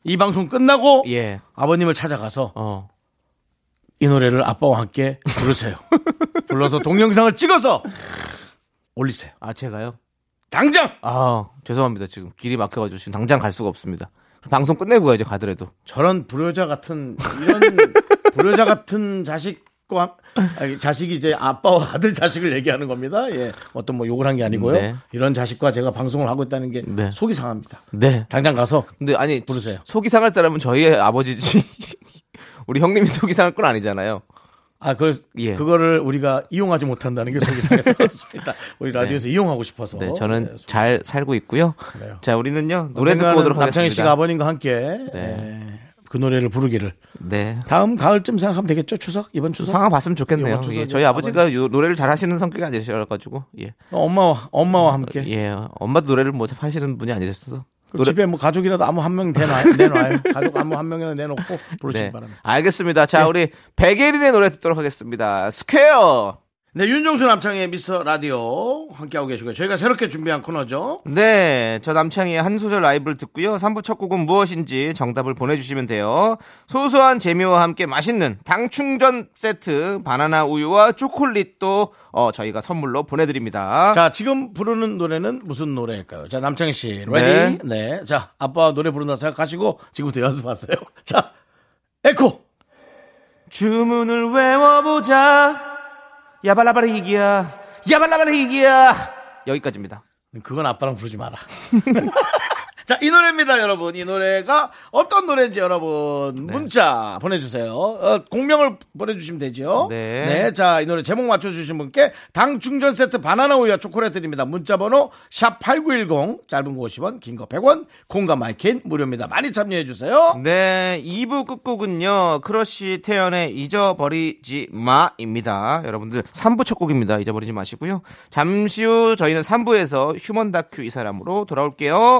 S1: 이 방송 끝나고
S2: 예.
S1: 아버님을 찾아가서
S2: 어.
S1: 이 노래를 아빠와 함께 부르세요. 불러서 동영상을 찍어서 올리세요.
S2: 아, 제가요?
S1: 당장
S2: 아, 죄송합니다. 지금 길이 막혀가지고 지금 당장 갈 수가 없습니다. 방송 끝내고 가야죠, 가더라도.
S1: 저런 불효자 같은 이런 불효자 같은 자식과 아니, 자식이 이제 아빠와 아들 자식을 얘기하는 겁니다. 예. 어떤 뭐 욕을 한 게 아니고요.
S2: 네.
S1: 이런 자식과 제가 방송을 하고 있다는 게
S2: 네.
S1: 속이 상합니다.
S2: 네.
S1: 당장 가서
S2: 근데 아니,
S1: 부르세요.
S2: 속이 상할 사람은 저희의 아버지지. 우리 형님이 속이 상할 건 아니잖아요.
S1: 아, 그,
S2: 예.
S1: 그거를 우리가 이용하지 못한다는 게 속이 상해서 그렇습니다. 우리 라디오에서 이용하고 싶어서.
S2: 네, 저는
S1: 네, 속-
S2: 잘 살고 있고요.
S1: 그래요.
S2: 자, 우리는요, 노래 듣고
S1: 언젠가는
S2: 오도록
S1: 남창희
S2: 하겠습니다.
S1: 씨가 아버님과 함께
S2: 네.
S1: 예, 그 노래를 부르기를
S2: 네.
S1: 다음 가을쯤 생각하면 되겠죠? 추석 이번 추석
S2: 상황 봤으면 좋겠네요.
S1: 이번 추석에
S2: 예, 저희 아버지가 요- 노래를 잘 하시는 성격이 아니셔가지고, 예.
S1: 엄마와 엄마와 함께
S2: 예. 엄마도 노래를 뭐 하시는 분이 아니셨어서.
S1: 그럼 집에 뭐 가족이라도 아무 한 명 내놔요. 가족 아무 한 명이라도 내놓고 부르시기
S2: 네.
S1: 바랍니다. 예.
S2: 알겠습니다. 자, 우리 백예린의 노래 듣도록 하겠습니다. 스퀘어!
S1: 네, 윤종수 남창의 미스터 라디오 함께하고 계시고요. 저희가 새롭게 준비한 코너죠.
S2: 네, 저 남창희의 한 소절 라이브를 듣고요. 3부 첫 곡은 무엇인지 정답을 보내주시면 돼요. 소소한 재미와 함께 맛있는 당충전 세트, 바나나 우유와 초콜릿도 어, 저희가 선물로 보내드립니다.
S1: 자, 지금 부르는 노래는 무슨 노래일까요? 자, 남창희 씨,
S2: 네.
S1: 레디? 네. 자, 아빠 노래 부른다 생각하시고 지금부터 연습하세요. 자, 에코!
S2: 주문을 외워보자. 야발라바리기야. 야발라바리기야. 여기까지입니다.
S1: 그건 아빠랑 부르지 마라. 자, 이 노래입니다, 여러분. 이 노래가 어떤 노래인지
S2: 네.
S1: 여러분 문자 보내주세요. 어, 공명을 보내주시면 되죠.
S2: 네.
S1: 자, 이 노래 제목 맞춰주신 분께 당 충전 세트 바나나 우유와 초콜릿 드립니다. 문자번호 샵8910, 짧은 거 50원, 긴 거 100원, 공감 마이킹 무료입니다. 많이 참여해주세요.
S2: 네, 2부 끝곡은요. 크러쉬 태연의 잊어버리지 마입니다. 여러분들 3부 첫 곡입니다. 잊어버리지 마시고요. 잠시 후 저희는 3부에서 휴먼 다큐 이 사람으로 돌아올게요.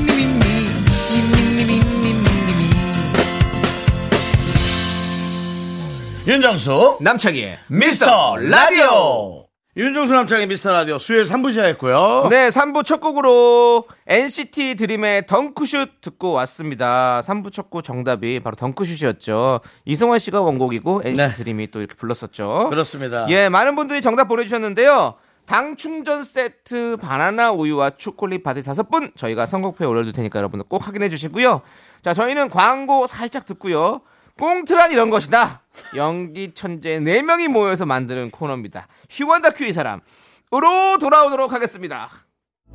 S4: 미미미
S1: 윤정수,
S2: 남창희의
S1: 미스터 라디오! 윤정수 남창의 미스터 라디오 수요일 3부 시작했고요.
S2: 네, 3부 첫 곡으로 NCT 드림의 덩크슛 듣고 왔습니다. 3부 첫 곡 정답이 바로 덩크슛이었죠. 이승환 씨가 원곡이고 NCT
S1: 네.
S2: 드림이 또 이렇게 불렀었죠.
S1: 그렇습니다.
S2: 예, 많은 분들이 정답 보내주셨는데요. 당 충전 세트 바나나 우유와 초콜릿 받을 다섯 분 저희가 선곡표에 올려둘 테니까 여러분 꼭 확인해 주시고요. 자, 저희는 광고 살짝 듣고요. 꽁트란 이런 것이다. 연기 천재 네 명이 모여서 만드는 코너입니다. 휴먼 다큐 이 사람으로 돌아오도록 하겠습니다.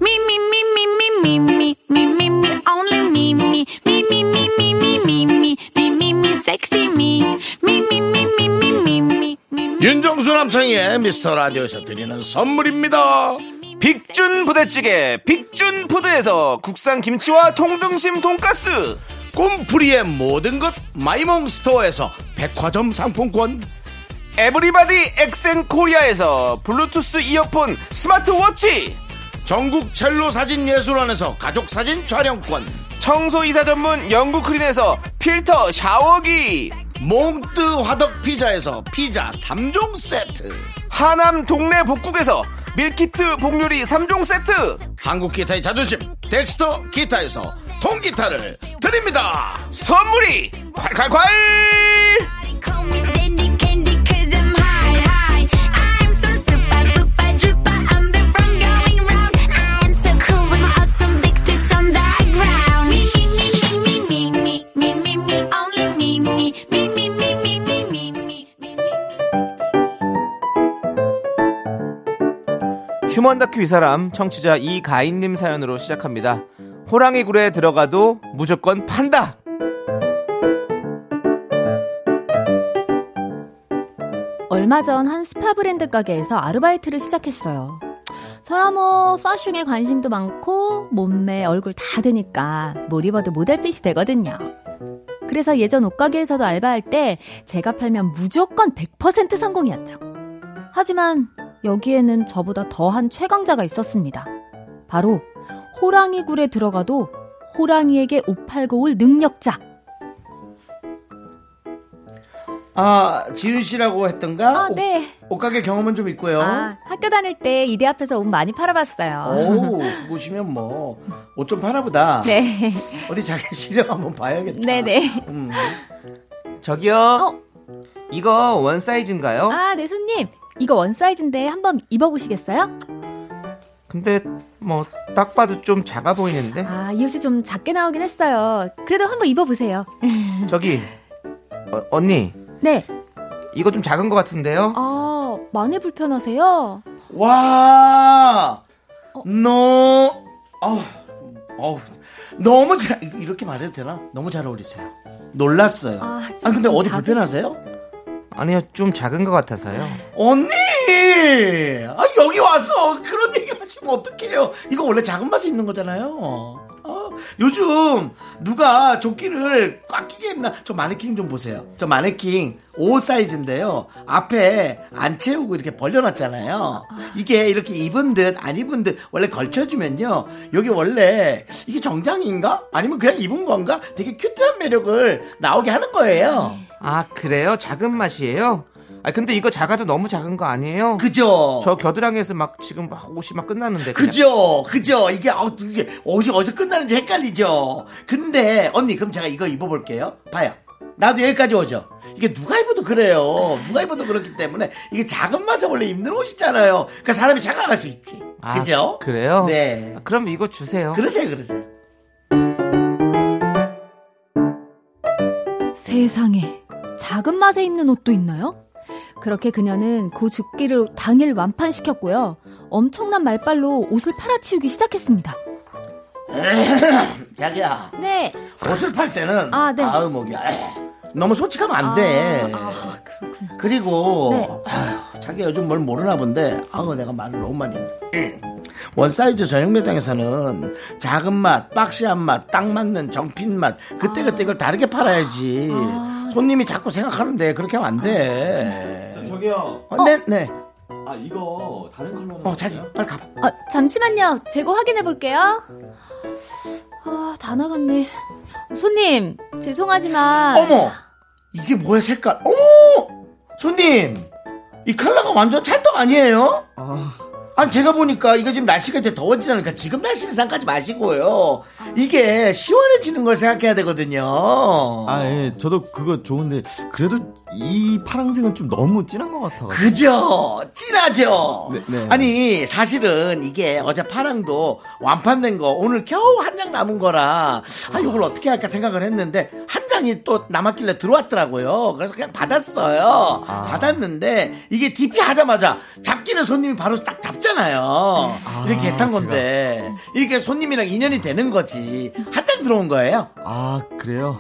S3: Me, me, me, me, me, me, me, me, me, me, only me, me, me, me, me, me, me, me, me, me, me, me, sexy me, me, me, me, me, me, me, me, me, me.
S1: 윤정수 남창의 미스터 라디오에서 드리는 선물입니다.
S2: 빅준 부대찌개 빅준 푸드에서 국산 김치와 통등심 돈가스
S1: 꿈풀이의 모든 것 마이몽 스토어에서 백화점 상품권
S2: 에브리바디 엑센 코리아에서 블루투스 이어폰 스마트워치
S1: 전국 첼로 사진 예술원에서 가족 사진 촬영권
S2: 청소이사 전문 영국크린에서 필터 샤워기
S1: 몽뜨 화덕 피자에서 피자 3종 세트
S2: 하남 동네 복국에서 밀키트 복요리 3종 세트
S5: 한국 기타의 자존심 덱스터 기타에서 통기타를 드립니다
S2: 선물이 콸콸콸
S6: Call me Dandy Candy cause I'm high, high. I'm so super, duper, duper. I'm the one going round. I'm so cool with my awesome big tits on the ground. Me, me, me, me, me, me, me, me, me, only me, me, me, me, me, me, me, me, me, me, me.
S2: 휴먼 다큐 이 사람 청취자 이가인님 사연으로 시작합니다. 호랑이 굴에 들어가도 무조건 판다.
S7: 얼마 전 한 스파 브랜드 가게에서 아르바이트를 시작했어요. 저야 뭐 파슝에 관심도 많고 몸매 얼굴 다 되니까 뭘 입어도 모델핏이 되거든요. 그래서 예전 옷가게에서도 알바할 때 제가 팔면 무조건 100% 성공이었죠. 하지만 여기에는 저보다 더한 최강자가 있었습니다. 바로 호랑이 굴에 들어가도 호랑이에게 옷 팔고 올 능력자.
S5: 아 지윤 씨라고 했던가
S1: 어?
S7: 아, 네.
S5: 옷, 가게 경험은 좀 있고요
S7: 아, 학교 다닐 때 이대 앞에서 옷 많이 팔아봤어요.
S5: 오 보시면 뭐 옷 좀 파나보다
S7: 네.
S5: 어디 자기 실력 한번 봐야겠다
S7: 네네.
S5: 음.
S2: 저기요.
S7: 어,
S2: 이거 원 사이즈인가요?
S7: 아, 네, 손님. 이거 원 사이즈인데 한번 입어보시겠어요?
S2: 근데 뭐 딱 봐도 좀 작아 보이는데.
S7: 아, 이 옷이 좀 작게 나오긴 했어요. 그래도 한번 입어보세요.
S2: 저기 어, 언니
S7: 네.
S2: 이거 좀 작은 것 같은데요?
S7: 아, 많이 불편하세요? 어?
S5: 와, 너, 아우, 아우, 너무 잘, 이렇게 말해도 되나? 너무 잘 어울리세요. 놀랐어요.
S7: 아,
S5: 아,
S7: 진짜
S5: 근데 어디
S7: 작으시-
S5: 불편하세요?
S2: 아니요 좀 작은 것 같아서요.
S5: 언니! 아, 여기 와서 그런 얘기 하시면 어떡해요. 이거 원래 작은 맛이 있는 거잖아요. 아, 요즘 누가 조끼를 꽉 끼게 했나? 저 마네킹 좀 보세요. 저 마네킹 5 사이즈인데요. 앞에 안 채우고 이렇게 벌려놨잖아요. 이게 이렇게 입은 듯 안 입은 듯 원래 걸쳐주면요. 여기 원래 이게 정장인가? 아니면 그냥 입은 건가? 되게 큐트한 매력을 나오게 하는 거예요.
S2: 아 그래요? 작은 맛이에요? 아 근데 이거 작아도 너무 작은 거 아니에요?
S5: 그죠?
S2: 저 겨드랑이에서 막 지금 막 옷이 막 끝나는데. 그냥.
S5: 그죠, 그죠. 이게 어, 이게 어디서 어디서 끝나는지 헷갈리죠. 근데 언니 그럼 제가 이거 입어볼게요. 봐요. 나도 여기까지 오죠. 이게 누가 입어도 그래요. 누가 입어도 그렇기 때문에 이게 작은 맛에 원래 입는 옷이잖아요. 그러니까 사람이 착각할 수 있지.
S2: 아,
S5: 그죠?
S2: 그래요?
S5: 네.
S2: 아, 그럼 이거 주세요.
S5: 그러세요, 그러세요.
S7: 세상에. 작은 맛에 입는 옷도 있나요? 그렇게 그녀는 그 죽기를 당일 완판시켰고요. 엄청난 말빨로 옷을 팔아치우기 시작했습니다.
S5: 자기야,
S7: 네.
S5: 옷을 팔 때는 아,
S7: 아, 네.
S5: 우 목이야. 너무 솔직하면 안 돼.
S7: 아, 아, 그렇구나.
S5: 그리고
S7: 네.
S5: 아휴, 자기가 요즘 뭘 모르나 본데 아우 내가 말을 너무 많이 했네. 음. 원사이즈 저녁 매장에서는 작은 맛, 박시한 맛, 딱 맞는 정핀 맛 그때 그때 이걸 다르게 팔아야지. 손님이 자꾸 생각하는데 그렇게 하면 안 돼.
S8: 저기요.
S5: 어, 네, 네.
S8: 아 이거 다른 컬러는
S5: 어, 자기 빨리 가봐.
S7: 아, 잠시만요. 재고 확인해 볼게요. 아, 다 나갔네. 손님, 죄송하지만.
S5: 어머, 이게 뭐야 색깔? 어머, 손님, 이 컬러가 완전 찰떡 아니에요? 아니 제가 보니까 이거 지금 날씨가 이제 그러니까 더워지니까 지금 날씨는 상까지 마시고요. 이게 시원해지는 걸 생각해야 되거든요.
S8: 아, 예, 저도 그거 좋은데 그래도 이 파란색은 좀 너무 진한 것 같아. 가지고
S5: 그죠? 진하죠?
S8: 네, 네.
S5: 아니, 사실은 이게 어제 파랑도 완판된 거, 오늘 겨우 한 장 남은 거라, 아, 이걸 어떻게 할까 생각을 했는데, 한 장이 또 남았길래 들어왔더라고요. 그래서 그냥 받았어요.
S8: 아.
S5: 받았는데, 이게 DP 하자마자 잡기는 손님이 바로 쫙 잡잖아요. 이렇게 했던 건데, 이렇게 손님이랑 인연이 되는 거지. 한 장 들어온 거예요.
S8: 아, 그래요.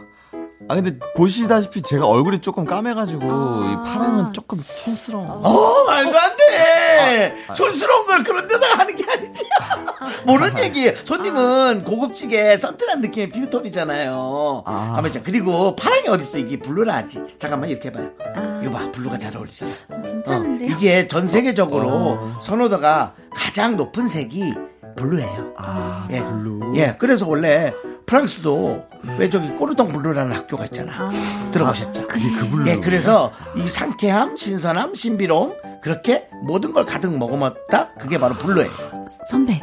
S8: 아 근데 보시다시피 제가 얼굴이 조금 까매가지고
S5: 아.
S8: 이 파랑은 조금 촌스러워.
S5: 어, 말도 안 돼! 촌스러운 걸 그런 데다가 하는 게 아니지. 모르는 얘기예요. 손님은 고급지게 선트란 느낌의 피부톤이잖아요.
S8: 아.
S5: 가만 있자. 그리고 파랑이 어딨어? 이게 블루라지. 잠깐만, 이렇게 해봐요.
S7: 아.
S5: 이거 봐, 블루가 잘 어울리잖아.
S7: 괜찮은데요?
S5: 이게 전 세계적으로
S1: 어.
S5: 선호도가 가장 높은 색이 블루예요.
S8: 아,
S5: 예.
S8: 블루.
S5: 예, 그래서 원래 프랑스도
S1: 음.
S5: 왜 저기 꼬르동 블루라는 학교가 있잖아. 들어보셨죠?
S8: 그게 그 블루.
S5: 예, 그래서 이 상쾌함, 신선함, 신비로움
S1: 그렇게 모든 걸 가득 먹어먹다 그게 바로 불로예요.
S7: 선배,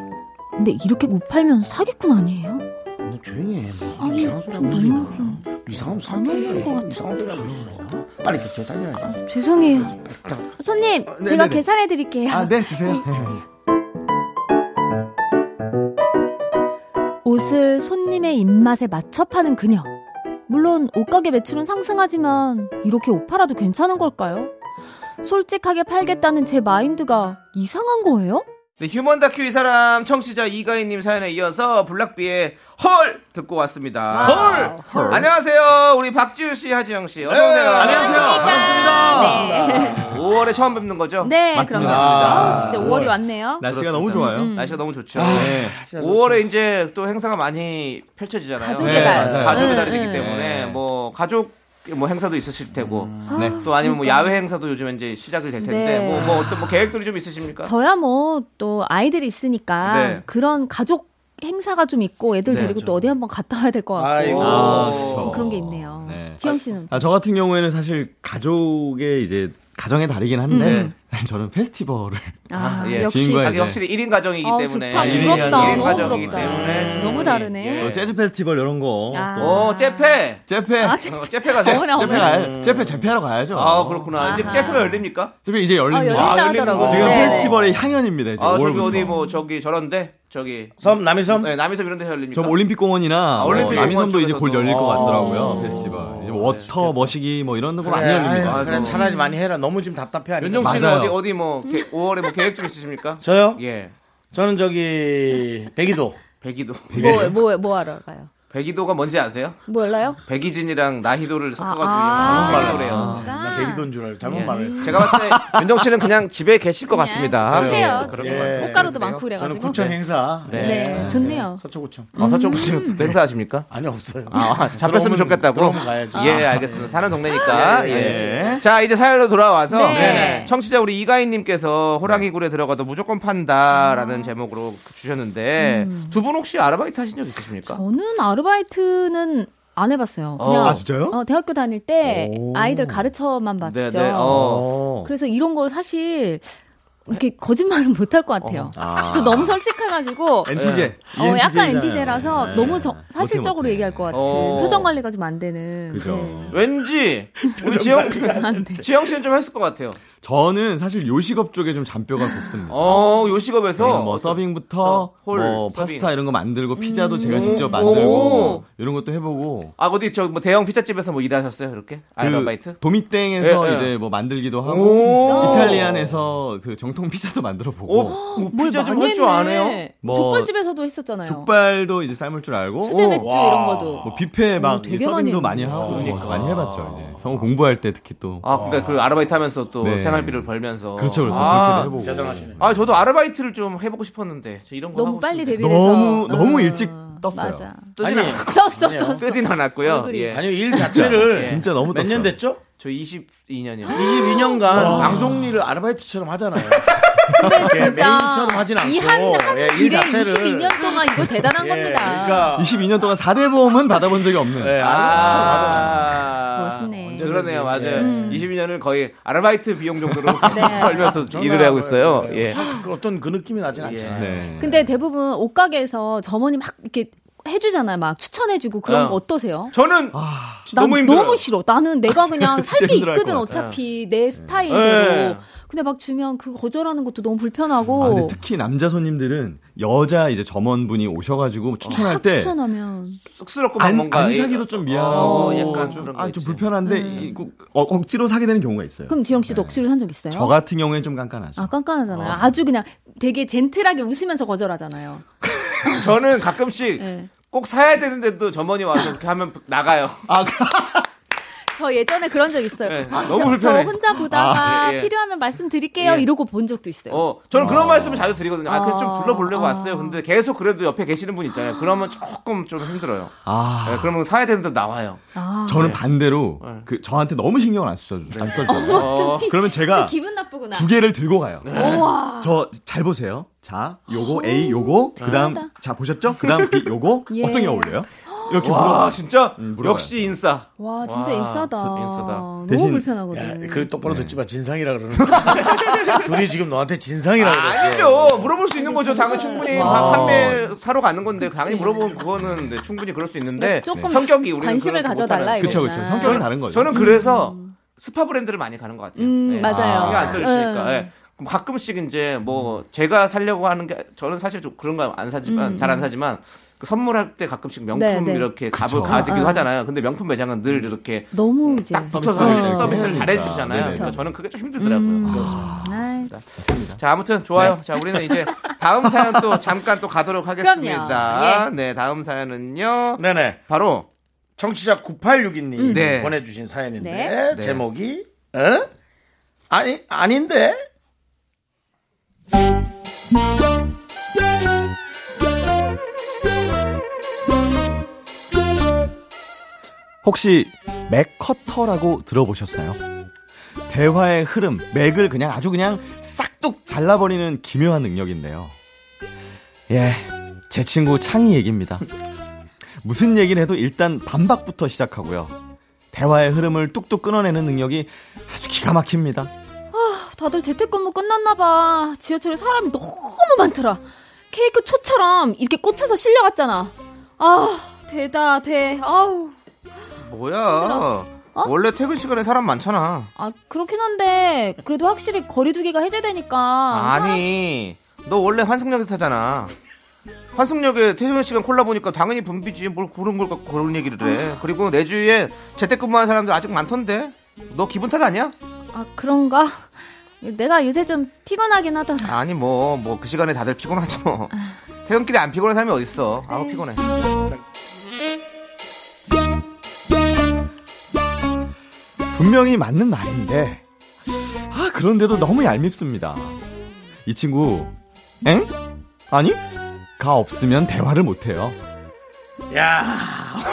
S7: 근데 이렇게 못 팔면 사기꾼 아니에요?
S1: 너 조용히 해. 뭐
S7: 아니,
S1: 이상한 소리 하고
S7: 좀
S1: 있지
S7: 너무
S1: 마.
S7: 좀
S1: 이상한 소리
S7: 안
S1: 하고
S7: 어울리는
S1: 있어.
S7: 것 같아.
S1: 이상한 소리 하고 있어. 빨리 그 계산해라.
S7: 죄송해요. 아, 손님,
S1: 네,
S7: 제가
S1: 네, 네.
S7: 계산해 드릴게요.
S5: 아, 네, 주세요.
S7: 어, 옷을 손님의 입맛에 맞춰 파는 그녀. 물론 옷가게 매출은 상승하지만 이렇게 옷 팔아도 괜찮은 걸까요? 솔직하게 팔겠다는 제 마인드가 이상한 거예요?
S2: 네, 휴먼 다큐 이 사람 청취자 이가희님 사연에 이어서 블락비의 헐 듣고 왔습니다. 헐. 안녕하세요. 우리 박지윤 씨, 하지영 씨. 어서
S8: 네.
S2: 오세요.
S5: 안녕하세요.
S7: 반갑습니다.
S2: 5월에 처음 뵙는 거죠?
S7: 네,
S5: 맞습니다.
S7: 그렇습니다. 아, 진짜 5월이 왔네요.
S5: 날씨가
S2: 그렇습니다.
S5: 너무 좋아요.
S7: 음.
S2: 날씨가 너무 좋죠.
S5: 네.
S2: 5월에 이제 또 행사가 많이 펼쳐지잖아요.
S7: 가족의
S5: 네,
S7: 달.
S5: 맞아요.
S2: 가족의
S7: 응,
S2: 달이 되기
S7: 응.
S2: 때문에 뭐 가족 뭐 행사도 있으실 테고
S5: 네.
S2: 또 아니면 뭐 야외 행사도 요즘 이제 시작이 될 텐데
S7: 네.
S2: 뭐 뭐 어떤 뭐 계획들이 좀 있으십니까?
S7: 저야 뭐 또 아이들이 있으니까
S2: 네.
S7: 그런 가족 행사가 좀 있고 애들
S2: 네,
S7: 데리고 또 어디 한번 갔다 와야 될 것 같고
S1: 아이고.
S5: 아,
S7: 좀
S5: 그쵸.
S7: 그런 게 있네요.
S5: 네.
S7: 지영 씨는
S5: 아, 저 같은 경우에는 사실 가족의 이제 가정의 달이긴 한데 저는 페스티벌을
S7: 아,
S2: 예,
S1: 네.
S7: 역시
S5: 지인과의-
S2: 하긴 확실히 1인 가정이기
S7: 아,
S2: 때문에
S7: 좋다.
S5: 아, 일인
S7: 부럽다.
S5: 가정.
S2: 일인
S7: 너무
S2: 가정이기
S7: 부럽다. 네,
S2: 때문에
S7: 너무 다르네.
S2: 예.
S5: 재즈 뭐. 페스티벌 이런 거.
S7: 아.
S5: 또.
S2: 어, 재패.
S5: 재페.
S7: 아, 제-
S2: 어, 재패 가세요?
S7: 어머나,
S5: 재페
S7: 어머나.
S5: 가야, 재페 재페하러 가야죠.
S2: 아, 그렇구나. 이제
S7: 아하.
S2: 재패가 열립니까?
S5: 재페 이제
S7: 아,
S5: 열립니다.
S7: 열린다
S2: 열리는 거.
S7: 하더라고.
S5: 지금
S2: 네.
S5: 페스티벌의 향연입니다. 이제
S2: 아, 저기
S5: 5월부터.
S2: 어디 뭐 저기 저런데 저기
S1: 섬 남해섬.
S2: 네, 남이섬 이런 데 열립니까?
S5: 저 올림픽 공원이나
S2: 아, 올림픽
S5: 뭐 남이섬도
S2: 공원
S5: 이제 곧
S2: 쪽에서도.
S5: 열릴 것
S2: 아. 네,
S5: 같더라고요. 페스티벌. 이제 워터 머시기 뭐 이런 데로 많이 열립니다.
S1: 아유, 그래 차라리 많이 해라. 너무 지금 답답해. 아니면.
S2: 윤정 씨는
S5: 맞아요.
S2: 어디 어디 뭐 게, 5월에 뭐 계획 좀 있으십니까?
S1: 저요?
S2: 예.
S1: 저는 저기 백이도.
S2: 백이도.
S7: 뭐, 뭐, 뭐 하러 가요? 뭐
S2: 백이도가 뭔지 아세요?
S7: 몰라요?
S2: 백이진이랑 나희도를 섞어가지고
S7: 아,
S2: 잘못 말을 해요.
S7: 진짜?
S1: 나 백이도인 줄 알고 잘못
S2: 예.
S1: 말했어.
S2: 제가 봤을 때 윤정 씨는 그냥 집에 계실 것 같습니다. 어,
S7: 드세요.
S2: 아, 네. 그런
S1: 예.
S2: 것 같아요.
S7: 꽃가루도
S2: 그래요?
S7: 많고
S1: 저는
S7: 그래가지고.
S1: 구청 행사.
S2: 네.
S7: 네, 좋네요.
S1: 서초구청.
S2: 어, 서쪽 보시면 또 행사하십니까?
S1: 아니 없어요.
S2: 아, 잡혔으면
S1: 들어오면-
S2: 좋겠다고.
S1: 들어오면 가야죠.
S2: 예, 알겠습니다. 사는 동네니까. 예.
S5: 예.
S2: 자, 이제 사연으로 돌아와서
S7: 네.
S2: 청취자 우리 이가인님께서 호랑이 굴에 들어가도 무조건 판다라는 제목으로 주셨는데 두 분 혹시 아르바이트 하신 적 있으십니까?
S7: 저는 아르바이트는 안 해봤어요. 그냥
S5: 아, 진짜요?
S7: 어, 대학교 다닐 때
S5: 오.
S7: 아이들 가르쳐만 봤죠.
S2: 네, 네. 어.
S5: 어.
S7: 그래서 이런 걸 사실 이렇게 거짓말은 못할 것 같아요.
S5: 아.
S7: 저 너무 솔직해가지고
S5: 엔티제. 네.
S7: 어, 약간 엔티제라서
S9: 네.
S7: 너무 저- 사실적으로 얘기할 것 같은
S2: 어.
S7: 표정 관리가 좀 안 되는 네.
S5: 그죠.
S2: 왠지 우리 지영
S7: 안 돼.
S2: 지영 씨는 좀 했을 것 같아요.
S5: 저는 사실 요식업 쪽에 좀 잔뼈가 곱습니다.
S2: 어,
S5: 그러니까
S7: 네,
S2: 요식업에서
S5: 뭐 서빙부터
S2: 홀, 서빙. 음.
S5: 뭐 파스타 이런 거 만들고 피자도 제가 직접
S2: 오.
S5: 만들고 이런 것도 해보고
S2: 아 어디 저 뭐 대형 피자집에서 뭐 일하셨어요 이렇게 아르바이트?
S5: 그 도미땡에서
S2: 예, 예.
S5: 이제 뭐 만들기도
S2: 오,
S5: 하고
S2: 진짜?
S5: 이탈리안에서 그 정통 피자도 만들어
S2: 오,
S5: 보고
S2: 뭐
S7: 뭘
S2: 피자 좀
S7: 많이
S2: 할 줄 아네요.
S7: 했네.
S5: 뭐
S7: 족발집에서도 했었잖아요.
S5: 족발도 이제 삶을 줄 알고
S7: 수제 맥주
S5: 오,
S7: 이런 거도.
S5: 뭐 뷔페 막
S7: 되게
S5: 서빙도
S7: 많이
S5: 많이 하고
S2: 그러니까.
S5: 많이 해봤죠 이제 성우 공부할 때 특히 또
S2: 아, 그러니까 그 아르바이트 하면서 또
S5: 네.
S2: 생활비를 벌면서
S5: 그렇죠 그렇죠
S2: 아,
S5: 그렇게 해보고
S2: 아, 저도 아르바이트를 좀 해보고 싶었는데 저 이런 거
S7: 너무
S2: 하고
S7: 빨리
S2: 싶은데.
S7: 데뷔해서 음,
S5: 너무- 너무 일찍 떴어요.
S7: 맞아.
S2: 뜨진
S1: 아니,
S2: 않았
S7: 떴어, 떴어.
S2: 뜨진 않았고요.
S7: 얼굴이.
S2: 예.
S1: 아니요 일 자체를
S2: 예.
S5: 진짜 너무
S1: 몇 년
S5: 떴어요.
S1: 됐죠?
S2: 저 22년이요.
S1: 22년간
S5: 아.
S1: 방송 일을 아르바이트처럼 하잖아요.
S7: 근데
S1: 예,
S7: 진짜
S1: 메인처럼 하진 않고.
S7: 이한한
S1: 예, 일
S7: 일에
S1: 자체를.
S7: 22년 동안 이거 대단한
S1: 예,
S7: 겁니다.
S1: 그러니까
S5: 22년 동안 4대 보험은 받아본 적이 없는
S1: 예, 아르바이트처럼 하잖아요.
S2: 아,
S7: 멋있네. 음.
S2: 그러네요, 맞아요. 22년을 거의 아르바이트 비용 정도로
S5: 네.
S2: 벌면서 일을
S1: 정말
S2: 하고 있어요. 예.
S1: 그 어떤 그 느낌이 나진 않잖아요.
S5: 네.
S7: 근데 대부분 옷가게에서 점원이 막 이렇게 해주잖아요. 막 추천해주고 그런
S2: 어.
S7: 거 어떠세요?
S2: 저는
S5: 아,
S7: 난
S2: 너무 힘들어요.
S7: 싫어. 나는 내가 그냥 살 게
S5: 힘들어할
S7: 있거든
S5: 것
S7: 어차피 내 스타일대로.
S2: 네.
S7: 근데 막 주면 그 거절하는 것도 너무
S5: 아, 근데
S7: 불편하고
S5: 특히 남자 손님들은 여자 이제 점원분이 오셔가지고 추천할
S2: 아,
S7: 막
S5: 때
S7: 추천하면
S2: 쑥스럽고 막
S5: 안,
S2: 뭔가
S5: 안
S2: 이-
S5: 사기도 좀 미안하고
S2: 어, 약간 좀
S5: 좀,
S2: 그런 거
S5: 아, 좀
S2: 있지.
S5: 불편한데
S7: 네.
S5: 이- 꼭- 어, 억지로 사게 되는 경우가 있어요.
S7: 그럼 지영 씨도 억지로 산 적 있어요?
S5: 저 같은 경우에는 좀 깐깐하죠.
S7: 아 깐깐하잖아요. 아주 그냥 되게 젠틀하게 웃으면서 거절하잖아요.
S2: 저는 가끔씩
S7: 네.
S2: 꼭 사야 되는데도 점원이 와서 이렇게 하면 나가요.
S5: 아, 그-
S7: 저 예전에 그런 적 있어요.
S2: 네,
S7: 아,
S2: 너무
S7: 저,
S2: 불편해.
S7: 저 혼자 보다가
S2: 아, 예, 예.
S7: 필요하면 말씀드릴게요.
S2: 예.
S7: 이러고 본 적도 있어요.
S2: 어, 저는 그런 말씀을 자주 드리거든요. 아, 그냥 좀
S7: 어,
S2: 불러보려고
S7: 어.
S2: 왔어요. 근데 계속 그래도 옆에 계시는 분 있잖아요. 그러면 조금 좀 힘들어요.
S5: 아,
S2: 네, 그러면 사야 되는데 나와요.
S7: 아,
S5: 저는 반대로
S2: 네.
S5: 그 저한테 너무 신경을 안 쓰죠. 안 써줘.
S2: 어,
S5: 그러면 제가
S7: 기분 나쁘구나.
S5: 두 개를 들고 가요.
S2: 네.
S7: 우와. 어,
S5: 저 잘 보세요. 자, 요거 A 요거 그다음 자 보셨죠? 그다음 B 요거
S7: 예.
S5: 어떤 게 어울려요?
S2: 이렇게 와 진짜
S5: 물어봐요.
S2: 역시 인싸.
S7: 와
S2: 와,
S7: 진짜 인싸다.
S2: 저 인싸다.
S7: 너무
S5: 대신-
S7: 불편하거든.
S1: 그 똑바로
S5: 네.
S1: 듣지만 진상이라 그러는 거야. 둘이 지금 너한테 진상이라 그랬어.
S2: 아, 아니죠. 물어볼 수 있는 거죠. 당연히
S5: 네.
S2: 충분히
S5: 아.
S2: 한 판매 사러 가는 건데 당연히 물어보면 그거는 네, 충분히 그럴 수 있는데
S7: 조금
S2: 성격이 우리
S7: 관심을 가져달라 이거.
S5: 그쵸, 그쵸. 성격이 다른 거죠.
S2: 저는 그래서 스파 브랜드를 많이 가는 것 같아요. 네.
S7: 음, 맞아요.
S2: 신경 안 쓰시니까.
S7: 음.
S2: 예. 그럼 가끔씩 이제 뭐 제가 살려고 하는 게 저는 사실 좀 그런 거 안 사지만 잘 안 사지만 그 선물할 때 가끔씩 명품
S7: 음. 네, 어. 네.
S2: 이렇게 갑을 가지기도 하잖아요. 근데 명품 매장은 늘 이렇게
S7: 너무 이제
S2: 딱 붙어서
S7: 어.
S2: 서비스를, 잘
S5: 그러니까.
S2: 해주잖아요.
S7: 그렇죠.
S5: 네네.
S2: 그러니까 저는 그게 좀 힘들더라고요.
S7: 음.
S2: 그렇습니다.
S7: 아이,
S2: 자, 아무튼 좋아요.
S7: 네.
S2: 자, 우리는 이제 다음 사연 또 잠깐 또 가도록 하겠습니다.
S7: 그럼요. 예.
S2: 네, 다음 사연은요.
S1: 네네.
S2: 바로
S1: 청취자 9861님 이
S2: 네.
S1: 보내주신 사연인데
S7: 음. 네.
S2: 네.
S1: 제목이 어? 아니 아닌데
S5: 혹시 맥커터라고 들어보셨어요? 대화의 흐름, 맥을 그냥 아주 그냥 싹둑 잘라버리는 기묘한 능력인데요. 예, 제 친구 창희 얘기입니다. 무슨 얘기를 해도 일단 반박부터 시작하고요. 대화의 흐름을 뚝뚝 끊어내는 능력이 아주 기가 막힙니다.
S7: 다들 재택근무 끝났나 봐. 지하철에 사람이 너무 많더라. 케이크 초처럼 이렇게 꽂혀서 실려갔잖아. 아 되다 돼. 아우
S2: 뭐야?
S7: 어?
S2: 원래 퇴근 시간에 사람 많잖아.
S7: 아 그렇긴 한데 그래도 확실히 거리두기가
S5: 아,
S7: 해제되니까
S2: 아니, 너 원래 환승역에서 타잖아. 환승역에 퇴근 시간 콜라 보니까 당연히 분비지 뭘 그런 걸 갖고 그런 얘기를 해.
S7: 어.
S2: 그리고 내 주위에 재택근무하는 사람들 아직 많던데. 너 기분 탓 아니야?
S7: 아 그런가? 내가 요새 좀 피곤하긴 하더라.
S2: 아니 뭐 뭐 그 시간에 다들 피곤하지 뭐.
S7: 아.
S2: 퇴근길에 안 피곤한 사람이 어딨어? 아우 피곤해.
S5: 분명히 맞는 말인데 아 그런데도 너무 얄밉습니다 이 친구 엥? 아니? 가 없으면 대화를 못해요
S1: 야